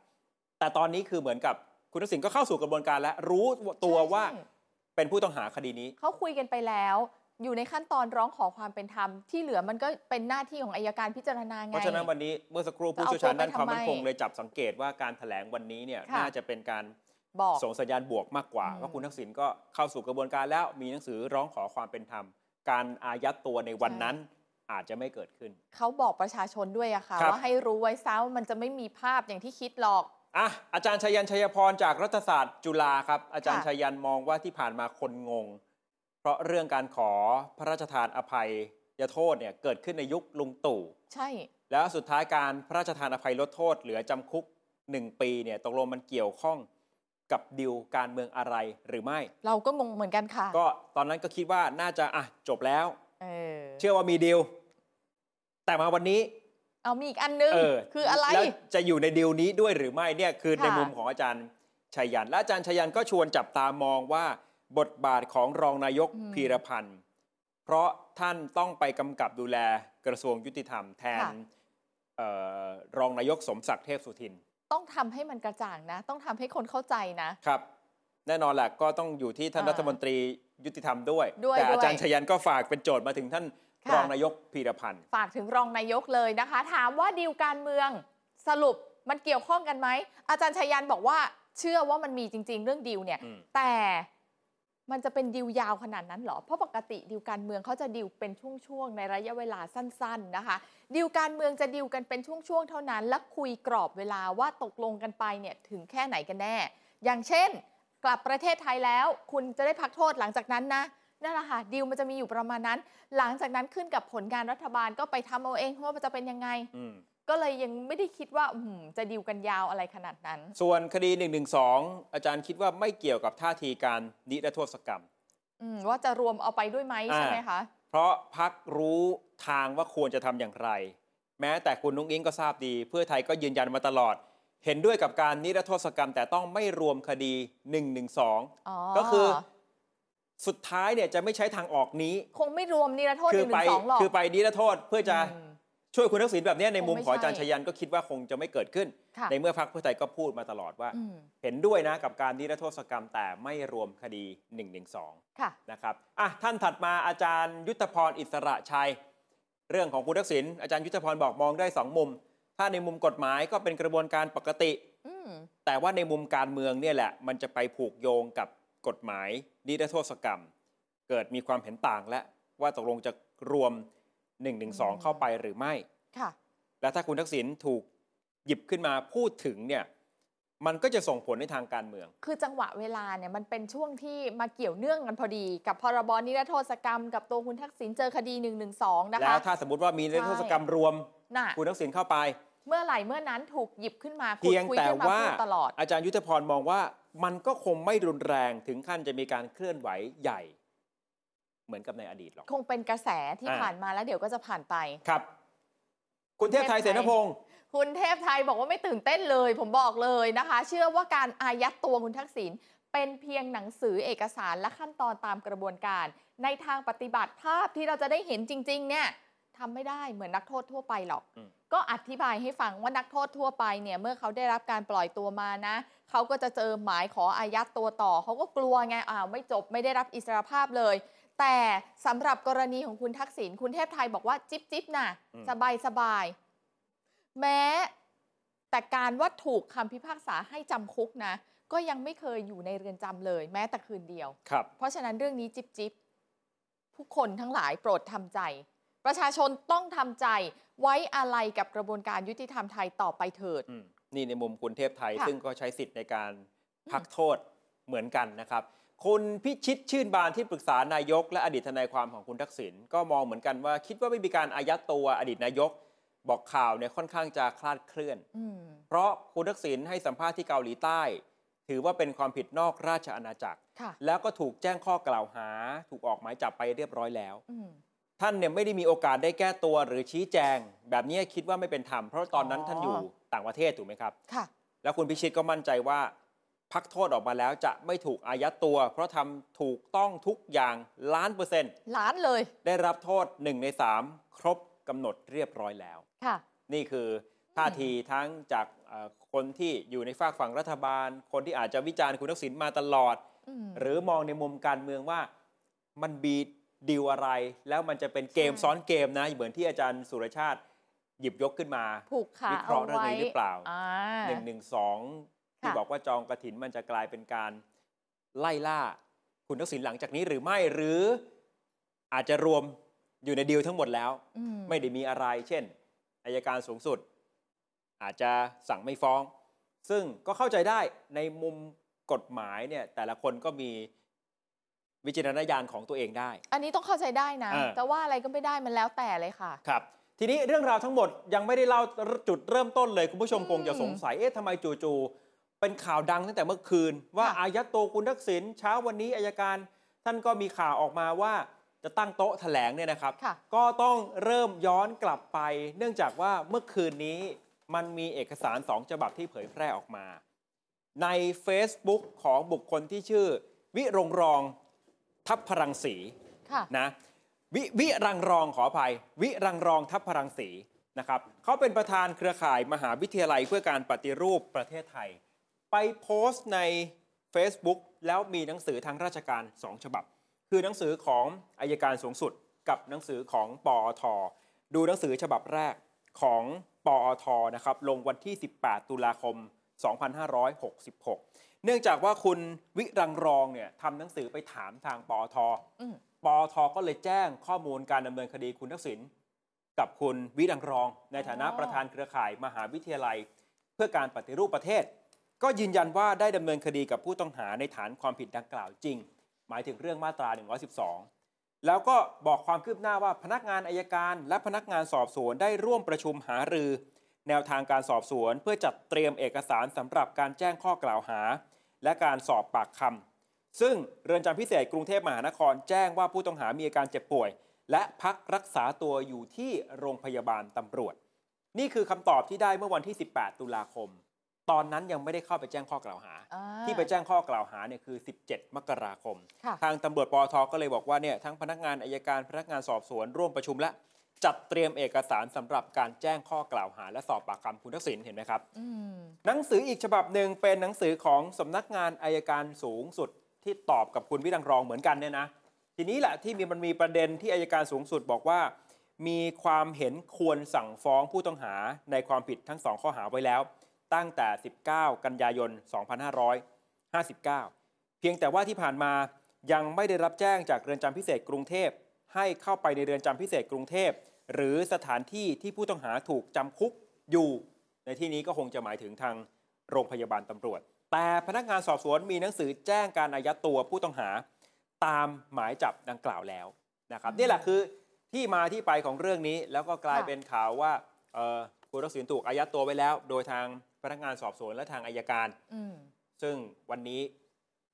Speaker 2: แต่ตอนนี้คือเหมือนกับคุณทักษิณก็เข้าสู่กระบวนการแล้วรู้ตัวว่า
Speaker 3: ใช่
Speaker 2: เป็นผู้ต้องหาคดีนี้
Speaker 3: เขาคุยกันไปแล้ว อยู่ในขั้นตอนร้องขอความเป็นธรรม ที่เหลือมันก็เป็นหน้าที่ของอายการพิจารณาไง
Speaker 2: เพราะฉะนั้นวันนี้เมื่อสักครู่ผู้เชี่ยวชาญด้านความมั่นคงเลยจับสังเกตว่าการแถลงวันนี้เนี่ย
Speaker 3: ค่ะ
Speaker 2: น่าจะเป็นการ
Speaker 3: บอก
Speaker 2: ส่งสัญญาณบวกมากกว่า
Speaker 3: อืม
Speaker 2: ว่าคุณทักษิณก็เข้าสู่กระบวนการแล้วมีหนังสือร้องขอความเป็นธรรม การอายัดตัวในวัน
Speaker 3: ใช่
Speaker 2: นั้นอาจจะไม่เกิดขึ้น
Speaker 3: เขาบอกประชาชนด้วยอะค่ะ
Speaker 2: ครับ
Speaker 3: ว่าให้รู้ไว้ซะว่ามันจะไม่มีภาพอย่างที่คิดหรอก
Speaker 2: อ่ะอาจารย์ชัยยันชัยพรจากรัฐศาสตร์จุฬาครับ อาจารย์
Speaker 3: ค่ะ
Speaker 2: ชัยยันมองว่าที่ผ่านมาคนงง เพราะเรื่องการขอพระราชทานอภัยยโทษเนี่ยเกิดขึ้นในยุคลุงตู่
Speaker 3: ใช่
Speaker 2: แล้วสุดท้ายการพระราชทานอภัยลดโทษเหลือจำคุก 1 ปีเนี่ยตกลงมันเกี่ยวข้องกับดิวการเมืองอะไรหรือไม่
Speaker 3: เราก็งงเหมือนกันค่ะ
Speaker 2: ก็ตอนนั้นก็คิดว่าน่าจะอ่ะจบแล้ว
Speaker 3: เออ
Speaker 2: เชื่อว่ามีดิวแต่มาวันนี้
Speaker 3: เอามีอีกอันนึง
Speaker 2: เออ
Speaker 3: คืออะไร
Speaker 2: แล้วจะอยู่ในดีลนี้ด้วยหรือไม่เนี่ยคือ
Speaker 3: ค่ะ
Speaker 2: ในมุมของอาจารย์ชัยยัน และอาจารย์ชัยยันก็ชวนจับตามองว่าบทบาทของรองนายกพีรพันธ์ เพราะท่านต้องไปกำกับดูแลกระทรวงยุติธรรมแทนเอ่อรองนายกสมศักดิ์เทพสุทิน
Speaker 3: ต้องทำให้มันกระจ่างนะ ต้องทำให้คนเข้าใจนะ
Speaker 2: ครับ แน่นอนแหละก็ต้องอยู่ที่ท่าน
Speaker 3: อ่า
Speaker 2: รัฐมนตรียุติธรรมด้วย
Speaker 3: ด้วย
Speaker 2: แต่อาจาร
Speaker 3: ด้
Speaker 2: ย์
Speaker 3: วย
Speaker 2: ชัยยันก็ฝากเป็นโจทย์มาถึงท่าน
Speaker 3: ค่ะ
Speaker 2: รองนายกพีรพันธ์
Speaker 3: ฝากถึงรองนายกเลยนะคะ ถามว่าดีลการเมืองสรุปมันเกี่ยวข้องกันไหม อาจารย์ชัยยันบอกว่าเชื่อว่ามันมีจริง ๆ เรื่องดีลเนี่ย
Speaker 2: อืม
Speaker 3: แต่มันจะเป็นดีลยาวขนาดนั้นเหรอ เพราะปกติดีลการเมืองเขาจะดีลเป็นช่วงๆในระยะเวลาสั้น ๆนะคะ ดีลการเมืองจะดีลกันเป็นช่วงๆเท่านั้น และคุยกรอบเวลาว่าตกลงกันไปเนี่ยถึงแค่ไหนกันแน่ อย่างเช่น กลับประเทศไทยแล้ว คุณจะได้พักโทษหลังจากนั้นนะนั่นแหละค่ะดีลมันจะมีอยู่ประมาณนั้น หลังจากนั้นขึ้นกับผลงานรัฐบาลก็ไปทำเอาเองว่ามันจะเป็นยังไง
Speaker 2: อืม
Speaker 3: ก็เลยยังไม่ได้คิดว่าอืมจะดีลกันยาวอะไรขนาดนั้น
Speaker 2: ส่วนคดี1นึอาจารย์คิดว่าไม่เกี่ยวกับท่าทีการนิรโทษกรรม
Speaker 3: อืมว่าจะรวมเอาไปด้วยไหมใช่ไหมคะ
Speaker 2: เพราะพักรู้ทางว่าควรจะทำอย่างไร แม้แต่คุณนุ้งอิงก็ทราบดี เพื่อไทยก็ยืนยันมาตลอด เห็นด้วยกับการนิรโทษกรรม แต่ต้องไม่รวมคดี1นึก็คือสุดท้ายเนี่ยจะไม่ใช้ทางออกนี้
Speaker 3: คงไม่รวมนิรโทษห
Speaker 2: คื
Speaker 3: นึ่งห
Speaker 2: ไป
Speaker 3: นึ่งสองหรอก
Speaker 2: คือไปนิรโทษเพื่อจะ
Speaker 3: อืม
Speaker 2: ช่วยคุณทักษิณแบบเนี้ยในมุ
Speaker 3: คง
Speaker 2: ม
Speaker 3: ไม่
Speaker 2: ของอาจารย์
Speaker 3: ใช่
Speaker 2: ชยันก็คิดว่าคงจะไม่เกิดขึ้น
Speaker 3: ค่ะ
Speaker 2: ในเมื่อพักเพื่อไทยก็พูดมาตลอดว่า
Speaker 3: อืม
Speaker 2: เห็นด้วยนะกับการนิรโทษกรรมแต่ไม่รวมคดี 1 1
Speaker 3: ค่ะ
Speaker 2: 2 นะครับอ่ะท่านถัดมาอาจารย์ยุทธพรอิสระชัย เรื่องของคุณทักษิณอาจารย์ยุทธพรบอกมองได้ 2 มุม ถ้าในมุมกฎหมายก็เป็นกระบวนการปกติ
Speaker 3: อืม
Speaker 2: แต่ว่าในมุมการเมืองเนี่ยแหละ มันจะไปผูกโยงกับกฎหมายนิรโทษกรรม เกิดมีความเห็นต่างและว่าตกลงจะรวม 1 1 2 เข้าไปหรือไม่
Speaker 3: ค่ะ
Speaker 2: และถ้าคุณทักษิณถูกหยิบขึ้นมาพูดถึงเนี่ยมันก็จะส่งผลในทางการเมือง
Speaker 3: คือจังหวะเวลาเนี่ยมันเป็นช่วงที่มาเกี่ยวเนื่องกันพอดี กับพรบนิรโทษกรรม กับตัวคุณทักษิณเจอคดี1นึนะ
Speaker 2: แล้
Speaker 3: คะ
Speaker 2: วถ้าสมมติว่ามีนิรโทษกรรมรวม
Speaker 3: น่ะ
Speaker 2: คุณทักษิณเข้าไป
Speaker 3: เมื่อไหร่เมื่อนั้นถูกหยิบขึ้นมาขุด
Speaker 2: เพียง
Speaker 3: คุย
Speaker 2: แต่
Speaker 3: ขึ้นมา
Speaker 2: ว่า
Speaker 3: พูดตลอด
Speaker 2: อาจารย์ยุทธพรมองว่ามันก็คงไม่รุนแรงถึงขั้นจะมีการเคลื่อนไหวใหญ่ เหมือนกับในอดีตหรอก
Speaker 3: คงเป็นกระแสที่
Speaker 2: อ่า
Speaker 3: ผ่านมาแล้วเดี๋ยวก็จะผ่านไป
Speaker 2: ครับ คุณเทพไทยเสนพงศ์
Speaker 3: คุณเทพไทยบอกว่าไม่ตื่นเต้นเลย ผมบอกเลยนะคะ เชื่อว่าการอายัดตัวคุณทักษิณเป็นเพียงหนังสือเอกสารและขั้นตอนตามกระบวนการ ในทางปฏิบัติภาพที่เราจะได้เห็นจริง ๆ เนี่ยทำไม่ได้เหมือนนักโทษทั่วไปหรอก ก็อธิบายให้ฟังว่านักโทษทั่วไปเนี่ยเมื่อเขาได้รับการปล่อยตัวมานะ เขาก็จะเจอหมายขออายัดตัวต่อ เขาก็กลัวไงอ้าวไม่จบไม่ได้รับอิสรภาพเลย แต่สำหรับกรณีของคุณทักษิณคุณเทพไทยบอกว่าจิ๊บจิ๊บนะสบายสบายแม้ แต่การว่าถูกคำพิพากษาให้จำคุกนะ ก็ยังไม่เคยอยู่ในเรือนจำเลย แม้แต่คืนเดียว
Speaker 2: ครับ
Speaker 3: เพราะฉะนั้นเรื่องนี้จิบจิบผู้คนทั้งหลายโปรดทำใจ ประชาชนต้องทำใจไว้อาลัยกับกระบวนการยุติธรรมไทยต่อไปเถิด
Speaker 2: อืมนี่ในมุมคุณเทพไทย
Speaker 3: ค่ะ
Speaker 2: ซึ่งก็ใช้สิทธิ์ในการ
Speaker 3: อืม
Speaker 2: พักโทษเหมือนกันนะครับ คุณพิชิตชื่นบานที่ปรึกษานายก และอดีตทนายความของคุณทักษิณก็มองเหมือนกันว่า คิดว่าไม่มีการอายัดตัวอดีตนายก บอกข่าวเนี่ยค่อนข้างจะคลาดเคลื่อน
Speaker 3: อืม
Speaker 2: เพราะคุณทักษิณให้สัมภาษณ์ที่เกาหลีใต้ ถือว่าเป็นความผิดนอกราชอาณาจักร
Speaker 3: ค่ะ
Speaker 2: แล้วก็ถูกแจ้งข้อกล่าวหา ถูกออกหมายจับไปเรียบร้อยแล้ว
Speaker 3: อืม
Speaker 2: ท่านเนี่ยไม่ได้มีโอกาสได้แก้ตัวหรือชี้แจง แบบนี้คิดว่าไม่เป็นธรรมเพราะตอนนั้น
Speaker 3: อ๋อ
Speaker 2: ท่านอยู่ต่างประเทศถูกไหมครับ
Speaker 3: ค่ะ
Speaker 2: แล้วคุณพิชิตก็มั่นใจว่า พักโทษออกมาแล้วจะไม่ถูกอายัดตัว เพราะทำถูกต้องทุกอย่างล้านเปอร์เซ็นต์
Speaker 3: ล้านเลย
Speaker 2: ได้รับโทษ 1 ใน 3 ครบกำหนดเรียบร้อยแล้ว
Speaker 3: ค่ะ
Speaker 2: นี่คือท่าทีทั้งจากเอ่อคนที่อยู่ในฝากฝั่งรัฐบาล คนที่อาจจะวิจารณ์คุณทักษิณมาตลอด
Speaker 3: อืม
Speaker 2: หรือมองในมุมการเมืองว่ามันบีดดีลอะไร แล้วมันจะเป็นเกม
Speaker 3: ใช่
Speaker 2: ซ้อนเกมนะ เหมือนที่อาจารย์สุรชาติหยิบยกขึ้นมา
Speaker 3: ผูกขา
Speaker 2: วิเคราะห์
Speaker 3: เอาไว้
Speaker 2: เรื่องนี้หรือเปล่า
Speaker 3: อ่า
Speaker 2: หนึ่งหนึ่งสองที่
Speaker 3: ค่ะ
Speaker 2: บอกว่าจองกระถินมันจะกลายเป็นการไล่ล่าคุณทักษิณหลังจากนี้หรือไม่หรืออาจจะรวมอยู่ในดีลทั้งหมดแล้ว
Speaker 3: อืม
Speaker 2: ไม่ได้มีอะไร เช่น อายการสูงสุด อาจจะสั่งไม่ฟ้อง ซึ่งก็เข้าใจได้ในมุมกฎหมายเนี่ย แต่ละคนก็มีวิจารณญาณของตัวเองได้
Speaker 3: อันนี้ต้องเข้าใจได้นะ
Speaker 2: เออ
Speaker 3: แต่ว่าอะไรก็ไม่ได้มันแล้วแต่เลยค่ะ
Speaker 2: ครับ ทีนี้เรื่องราวทั้งหมดยังไม่ได้เล่าจุดเริ่มต้นเลย คุณผู้ชมคงจะสงสัย เอ๊ะทำไมจู่ๆเป็นข่าวดังตั้งแต่เมื่อคืน ว่า
Speaker 3: ค่ะ
Speaker 2: อายัดตัวคุณทักษิณเช้าวันนี้อายการ ท่านก็มีข่าวออกมาว่าจะตั้งโต๊ะแถลงเนี่ยนะครับ
Speaker 3: ค่ะ
Speaker 2: ก็ต้องเริ่มย้อนกลับไป เนื่องจากว่าเมื่อคืนนี้มันมีเอกสารสองฉบับที่เผยแพร่ออกมา ใน Facebook ของบุคคลที่ชื่อ วิรงรองทัพพรังสี
Speaker 3: ค่ะ
Speaker 2: นะวิวิรังรองขออภัย วิรังรองทัพพรังสีนะครับเขาเป็นประธานเครือข่ายมหาวิทยาลัยเพื่อการปฏิรูปประเทศไทย ไปโพสต์ใน Facebook แล้วมีหนังสือทางราชการ 2 ฉบับ คือหนังสือของอายการสูงสุดกับหนังสือของปอท ดูหนังสือฉบับแรกของปอทนะครับลงวันที่ 18 ตุลาคม 2566 เนื่องจากว่าคุณวิรังรองเนี่ยทำหนังสือไปถามทางปอท
Speaker 3: อืม
Speaker 2: ปอทก็เลยแจ้งข้อมูลการดำเนินคดีคุณทักษิณกับคุณวิดังรอง ในฐานะ
Speaker 3: อ๋อ
Speaker 2: ประธานเครือข่ายมหาวิทยาลัย เพื่อการปฏิรูปประเทศ ก็ยืนยันว่าได้ดำเนินคดีกับผู้ต้องหาในฐานความผิดดังกล่าวจริง หมายถึงเรื่องมาตรา 112 แล้วก็บอกความคืบหน้าว่าพนักงานอายการ และพนักงานสอบสวนได้ร่วมประชุมหารือ แนวทางการสอบสวน เพื่อจัดเตรียมเอกสารสำหรับการแจ้งข้อกล่าวหา และการสอบปากคำ ซึ่งเรือนจำพิเศษกรุงเทพมหานครแจ้งว่าผู้ต้องหามีอาการเจ็บป่วย และพักรักษาตัวอยู่ที่โรงพยาบาลตำรวจ นี่คือคำตอบที่ได้เมื่อวันที่ 18 ตุลาคม ตอนนั้นยังไม่ได้เข้าไปแจ้งข้อกล่าวหา
Speaker 3: อ่า
Speaker 2: ที่ไปแจ้งข้อกล่าวหาเนี่ยคือ 17 มกราคม
Speaker 3: ค่ะ
Speaker 2: ทางตำรวจปอทก็เลยบอกว่าเนี่ยทั้งพนักงานอายการพนักงานสอบสวนร่วมประชุมและจัดเตรียมเอกสารสำหรับการแจ้งข้อกล่าวหา และสอบปากคำคุณทักษิณเห็นไหมครับ
Speaker 3: อืม
Speaker 2: หนังสืออีกฉบับหนึ่งเป็นหนังสือของสำนักงานอายการสูงสุดที่ตอบกับคุณวิรังรองเหมือนกันเนี่ยนะ ทีนี้แหละที่มีมันมีประเด็นที่อายการสูงสุดบอกว่า มีความเห็นควรสั่งฟ้องผู้ต้องหาในความผิดทั้งสองข้อหาไว้แล้ว ตั้งแต่ 19 กันยายน 2559 เพียงแต่ว่าที่ผ่านมายังไม่ได้รับแจ้งจากเรือนจำพิเศษกรุงเทพ ให้เข้าไปในเรือนจำพิเศษกรุงเทพ หรือสถานที่ที่ผู้ต้องหาถูกจำคุกอยู่ ในที่นี้ก็คงจะหมายถึงทางโรงพยาบาลตำรวจ แต่พนักงานสอบสวนมีหนังสือแจ้งการอายัดตัวผู้ต้องหา ตามหมายจับดังกล่าวแล้วนะครับนี่แหละคือที่มาที่ไปของเรื่องนี้ แล้วก็กลาย
Speaker 3: ค่ะ
Speaker 2: เป็นข่าวว่าเอ่อคุณทักษิณถูกอายัดตัวไว้แล้ว โดยทางพนักงานสอบสวนและทางอายการ
Speaker 3: อืม
Speaker 2: ซึ่งวันนี้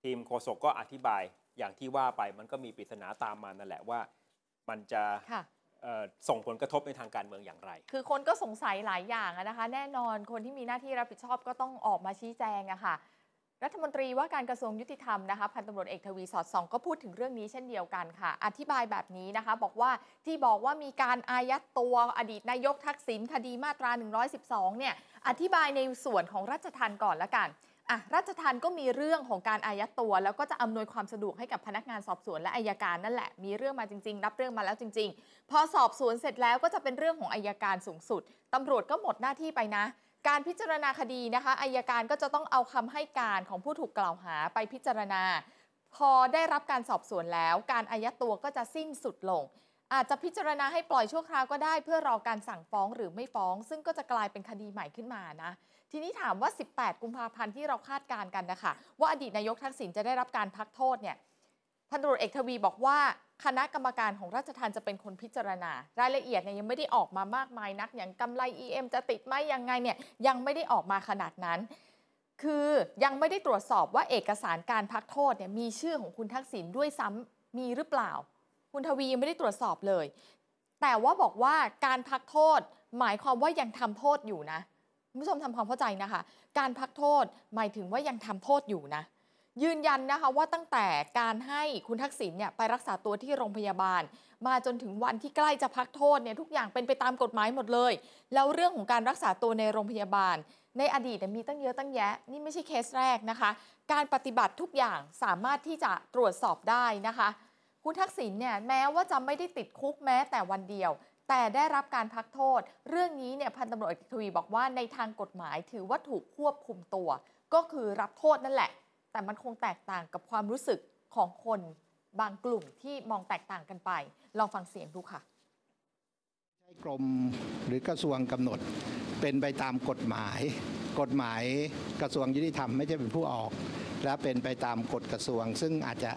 Speaker 2: ทีมโฆษกก็อธิบายอย่างที่ว่าไปมันก็มีปริศนาตามมานั่นแหละว่า มันจะ
Speaker 3: ค่ะ
Speaker 2: เอ่อส่งผลกระทบในทางการเมืองอย่างไร
Speaker 3: คือคนก็สงสัยหลายอย่างอะนะคะ แน่นอนคนที่มีหน้าที่รับผิดชอบก็ต้องออกมาชี้แจงอะค่ะ รัฐมนตรีว่าการกระทรวงยุติธรรมนะคะพันตำรวจเอกทวีสอดส่องก็พูดถึงเรื่องนี้เช่นเดียวกันค่ะ อธิบายแบบนี้นะคะ บอกว่าที่บอกว่ามีการอายัดตัวอดีตนายกทักษิณคดีมาตรา 112 เนี่ย อธิบายในส่วนของรัชทันก่อนละกันอ่ะรัชทันก็มีเรื่องของการอายัดตัว แล้วก็จะอำนวยความสะดวกให้กับพนักงานสอบสวนและอายการนั่นแหละมีเรื่องมาจริงๆ รับเรื่องมาแล้วจริง ๆ พอสอบสวนเสร็จแล้วก็จะเป็นเรื่องของอายการสูงสุดตำรวจก็หมดหน้าที่ไปนะ การพิจารณาคดีนะคะอายการก็จะต้องเอาคำให้การของผู้ถูกกล่าวหาไปพิจารณา พอได้รับการสอบสวนแล้ว การอายัดตัวก็จะสิ้นสุดลง อาจจะพิจารณาให้ปล่อยชั่วคราวก็ได้ เพื่อรอการสั่งฟ้องหรือไม่ฟ้อง ซึ่งก็จะกลายเป็นคดีใหม่ขึ้นมานะ ทีนี้ถามว่า 18 กุมภาพันธ์ที่เราคาดการณ์กันนะคะว่าอดีตนายกทักษิณจะได้รับการพักโทษเนี่ยพันตำรวจเอกทวีบอกว่า คณะกรรมการของราชทัณฑ์จะเป็นคนพิจารณา รายละเอียดเนี่ยยังไม่ได้ออกมามากมายนัก อย่างกำไร EM จะติดไหมยังไงเนี่ยยังไม่ได้ออกมาขนาดนั้น คือยังไม่ได้ตรวจสอบว่าเอกสารการพักโทษเนี่ยมีชื่อของคุณทักษิณด้วยซ้ำมีหรือเปล่า คุณทวียังไม่ได้ตรวจสอบเลย แต่ว่าบอกว่าการพักโทษ หมายความว่ายังทำโทษอยู่นะ คุณผู้ชมทำความเข้าใจนะคะ การพักโทษหมายถึงว่ายังทำโทษอยู่นะ ยืนยันนะคะว่าตั้งแต่การให้คุณทักษิณเนี่ยไปรักษาตัวที่โรงพยาบาล มาจนถึงวันที่ใกล้จะพักโทษเนี่ยทุกอย่างเป็นไปตามกฎหมายหมดเลย แล้วเรื่องของการรักษาตัวในโรงพยาบาล ในอดีตเนี่ยมีตั้งเยอะตั้งแยะ นี่ไม่ใช่เคสแรกนะคะ การปฏิบัติทุกอย่างสามารถที่จะตรวจสอบได้นะคะ คุณทักษิณเนี่ยแม้ว่าจะไม่ได้ติดคุกแม้แต่วันเดียว แต่ได้รับการพักโทษ เรื่องนี้เนี่ยพันตำรวจเอกทวีบอกว่าในทางกฎหมายถือว่าถูกควบคุมตัว ก็คือรับโทษนั่นแหละ แต่มันคงแตกต่างกับความรู้สึกของคนบางกลุ่มที่มองแตกต่างกันไป ลองฟังเสียงดูค่ะ
Speaker 5: ให้กรมหรือกระทรวงกำหนดเป็นไปตามกฎหมาย กฎหมายกระทรวงยุติธรรมไม่ใช่เป็นผู้ออก และเป็นไปตามกฎกระทรวง ซึ่งอาจจะ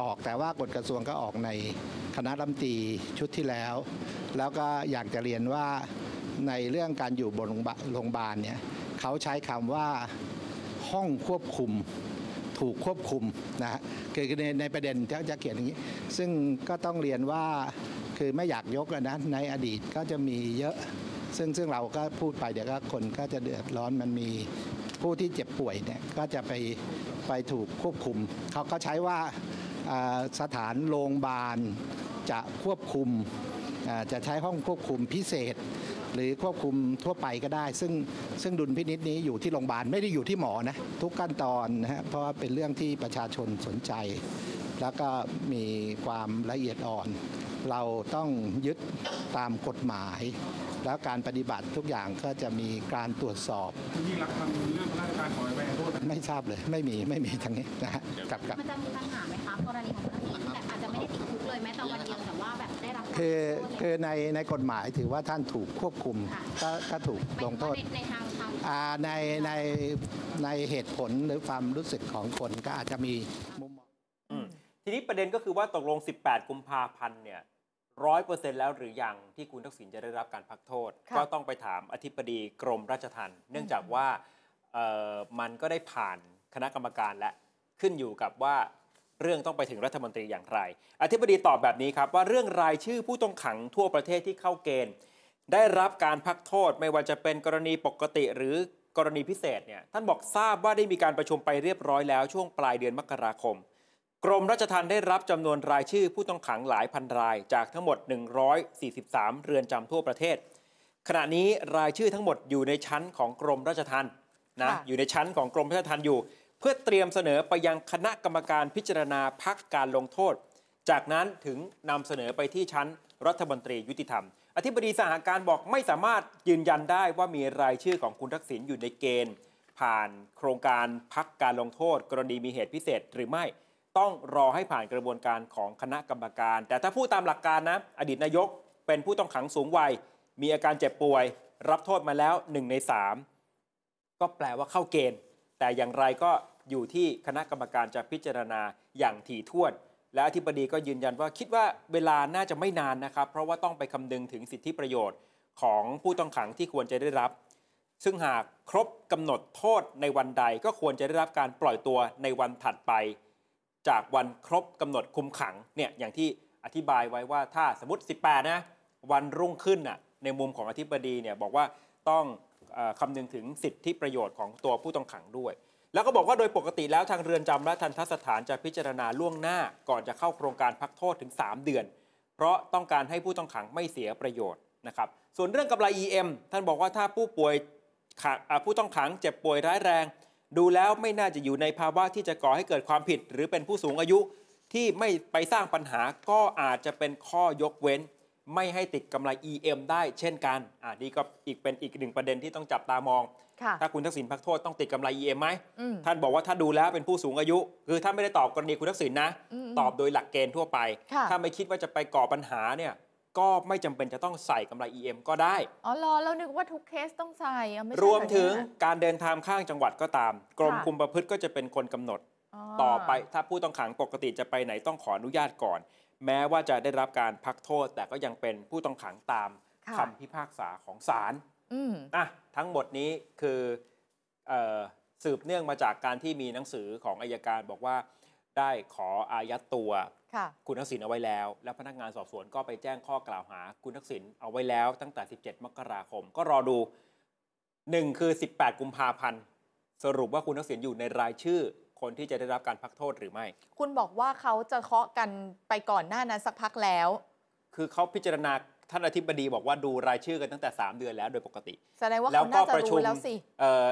Speaker 5: ออกแต่ว่ากฎกระทรวงก็ออกในคณะรัฐมนตรีชุดที่แล้ว แล้วก็อยากจะเรียนว่าในเรื่องการอยู่บนโรงพยาบาโรงพยาบาลเนี่ยเขาใช้คำว่าห้องควบคุม ถูกควบคุมนะฮะคือในในประเด็นที่จะเขียนอย่างนี้ ซึ่งก็ต้องเรียนว่าคือไม่อยากยกอะนะในอดีตก็จะมีเยอะ ซึ่งซึ่งเราก็พูดไปเดี๋ยวก็คนก็จะเดือดร้อนมันมีผู้ที่เจ็บป่วยเนี่ยก็จะไปไปถูกควบคุม เขาก็ใช้ว่าอ่าสถานโรงพยาบาลจะควบคุมอ่าจะใช้ห้องควบคุมพิเศษ หรือควบคุมทั่วไปก็ได้ ซึ่งซึ่งดุลพินิษนี้อยู่ที่โรงพยาบาลไม่ได้อยู่ที่หมอนะทุกขั้นตอนนะฮะเพราะว่าเป็นเรื่องที่ประชาชนสนใจ แล้วก็มีความละเอียดอ่อน เราต้องยึดตามกฎหมาย แล้วการปฏิบัติทุกอย่างก็จะมีการตรวจสอบ
Speaker 6: คุณยิ่งรักษณ์ทำเรื่องราชการขอไปโทษ
Speaker 5: ไม่ทราบเลยไม่มีไม่มีทางนี้นะฮะกับกับ
Speaker 7: มันจะมีปัญหาไหมคะกรณีของคุณทักษิณที่แบบอาจจะไม่ได้ติดคุกเลยแม้แต่วันเดียวแต่ว่าแบบได้รับการ
Speaker 5: คือ
Speaker 7: ลงโทษ
Speaker 5: คือในในกฎหมายถือว่าท่านถูกควบคุมก็ก็ถูกลงโทษ
Speaker 7: ในในทางทาง
Speaker 5: อ่าในในในเหตุผลหรือความรู้สึกของคนก็อาจจะมีมุมมอง
Speaker 2: อืมทีนี้ประเด็นก็คือว่าตกลง 18 กุมภาพันธ์เนี่ยร้อยเปอร์เซ็นต์แล้วหรือยังที่คุณทักษิณจะได้รับการพักโทษ
Speaker 3: ค่ะ
Speaker 2: ก็ต้องไปถามอธิบดีกรมราชทัณฑ์เนื่องจากว่าเอ่อมันก็ได้ผ่านคณะกรรมการและขึ้นอยู่กับว่าเรื่องต้องไปถึงรัฐมนตรีอย่างไร อธิบดีตอบแบบนี้ครับว่าเรื่องรายชื่อผู้ต้องขังทั่วประเทศที่เข้าเกณฑ์ ได้รับการพักโทษไม่ว่าจะเป็นกรณีปกติหรือกรณีพิเศษเนี่ยท่านบอกทราบว่าได้มีการประชุมไปเรียบร้อยแล้วช่วงปลายเดือนมกราคม กรมราชทัณฑ์ได้รับจำนวนรายชื่อผู้ต้องขังหลายพันราย จากทั้งหมด 143 เรือนจำทั่วประเทศ ขณะนี้รายชื่อทั้งหมดอยู่ในชั้นของกรมราชทัณฑ์นะ
Speaker 3: ค่ะ
Speaker 2: อยู่ในชั้นของกรมราชทัณฑ์อยู่ เพื่อเตรียมเสนอไปยังคณะกรรมการพิจารณาพักการลงโทษ จากนั้นถึงนำเสนอไปที่ชั้นรัฐมนตรียุติธรรม อธิบดีสหการบอกไม่สามารถยืนยันได้ว่ามีรายชื่อของคุณทักษิณอยู่ในเกณฑ์ ผ่านโครงการพักการลงโทษ กรณีมีเหตุพิเศษหรือไม่ ต้องรอให้ผ่านกระบวนการของคณะกรรมการ แต่ถ้าพูดตามหลักการนะ อดีตนายกเป็นผู้ต้องขังสูงวัย มีอาการเจ็บป่วย รับโทษมาแล้ว 1 ใน 3 ก็แปลว่าเข้าเกณฑ์ แต่อย่างไรก็อยู่ที่คณะกรรมการจะพิจารณาอย่างถี่ถ้วน และอธิบดีก็ยืนยันว่าคิดว่าเวลาน่าจะไม่นานนะครับ เพราะว่าต้องไปคำนึงถึงสิทธิประโยชน์ของผู้ต้องขังที่ควรจะได้รับ ซึ่งหากครบกำหนดโทษในวันใดก็ควรจะได้รับการปล่อยตัวในวันถัดไป จากวันครบกำหนดคุมขังเนี่ยอย่างที่อธิบายไว้ว่าถ้าสมมติ 18 นะ วันรุ่งขึ้นน่ะในมุมของอธิบดีเนี่ยบอกว่าต้องเออคำนึงถึงสิทธิประโยชน์ของตัวผู้ต้องขังด้วย แล้วก็บอกว่าโดยปกติแล้วทางเรือนจำและทันทสถานจะพิจารณาล่วงหน้าก่อนจะเข้าโครงการพักโทษถึง 3 เดือน เพราะต้องการให้ผู้ต้องขังไม่เสียประโยชน์นะครับ ส่วนเรื่องกำไร EM ท่านบอกว่าถ้าผู้ป่วยขังอ่าผู้ต้องขังเจ็บป่วยร้ายแรง ดูแล้วไม่น่าจะอยู่ในภาวะที่จะก่อให้เกิดความผิด หรือเป็นผู้สูงอายุที่ไม่ไปสร้างปัญหาก็อาจจะเป็นข้อยกเว้น ไม่ให้ติดกำไร EM ได้เช่นกันอ่านี่ก็อีกเป็นอีกหนึ่งประเด็นที่ต้องจับตามอง
Speaker 3: ค่ะ
Speaker 2: ถ้าคุณทักษิณพักโทษต้องติดกำไร EM ไหม
Speaker 3: อืม
Speaker 2: ท่านบอกว่าถ้าดูแล้วเป็นผู้สูงอายุ คือท่านไม่ได้ตอบกรณีคุณทักษิณนะ
Speaker 3: อืม
Speaker 2: ตอบโดยหลักเกณฑ์ทั่วไป
Speaker 3: ค่ะ
Speaker 2: ถ้าไม่คิดว่าจะไปก่อปัญหาเนี่ย ก็ไม่จำเป็นจะต้องใส่กำไร EM ก็ได้
Speaker 3: อ๋อรอแล้วนึกว่าทุกเคสต้องใส่อ่ะไใช่
Speaker 2: รวมถึง
Speaker 3: แบบนี้นะ
Speaker 2: การเดินทางข้างจังหวัดก็ตาม กรม
Speaker 3: ค่ะ
Speaker 2: คุมประพฤติก็จะเป็นคนกำหนด
Speaker 3: อ๋อ
Speaker 2: ต่อไปถ้าผู้ต้องขังปกติจะไปไหนต้องขออนุญาตก่อน แม้ว่าจะได้รับการพักโทษ แต่ก็ยังเป็นผู้ต้องขังตาม
Speaker 3: ค่ะ
Speaker 2: คำพิพากษาของศาล
Speaker 3: อืม
Speaker 2: อ่ะทั้งหมดนี้คือเออสืบเนื่องมาจากการที่มีหนังสือของอายการบอกว่าได้ขออายัดตัว
Speaker 3: ค่ะ
Speaker 2: คุณทักษิณเอาไว้แล้ว แล้วพนักงานสอบสวนก็ไปแจ้งข้อกล่าวหาคุณทักษิณเอาไว้แล้วตั้งแต่ 17 มกราคม ก็รอดู หนึ่งคือ 18 กุมภาพันธ์ สรุปว่าคุณทักษิณอยู่ในรายชื่อ คนที่จะได้รับการพักโทษหรือไม่
Speaker 3: คุณบอกว่าเขาจะเคาะกันไปก่อนหน้านั้นสักพักแล้ว
Speaker 2: คือเขาพิจารณาท่านอธิบดีบอกว่าดูรายชื่อกันตั้งแต่ 3 เดือนแล้วโดยปกติ
Speaker 3: แสดงว่า
Speaker 2: แล้ว
Speaker 3: เขา
Speaker 2: ก็
Speaker 3: น่าจะ
Speaker 2: ประชุ
Speaker 3: รู้
Speaker 2: ม
Speaker 3: แล้วสิ
Speaker 2: เอ่อ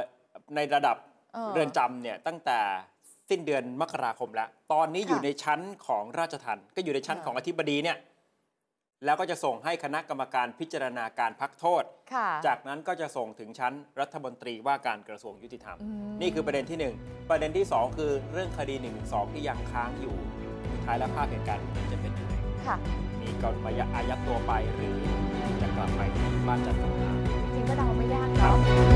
Speaker 2: ในระดับ
Speaker 3: ออ
Speaker 2: เรือนจำเนี่ยตั้งแต่สิ้นเดือนมกราคมแล้ว ตอนนี้
Speaker 3: ค่ะ
Speaker 2: อยู่ในชั้นของราชทัณฑ์ก็อยู่ในชั้น
Speaker 3: ค่ะ
Speaker 2: ของอธิบดีเนี่ยแล้วก็จะส่งให้คณะกรรมการพิจารณาการพักโทษ
Speaker 3: ค่ะ
Speaker 2: จากนั้นก็จะส่งถึงชั้นรัฐมนตรีว่าการกระทรวงยุติธรรม
Speaker 3: อืม
Speaker 2: นี่คือประเด็นที่หนึ่งประเด็นที่สองคือเรื่องคดี1นึที่ยังค้างอยู่สุดท้ายแล้วภาพเหตุการณ์มันจะเป็นยังไง
Speaker 3: ค่ะ
Speaker 2: มีการมาอายัดตัวไปหรือจะกลับไปที่บ้านจัดสรรหา
Speaker 3: จริงๆก็เดาไม่ยากเนาะ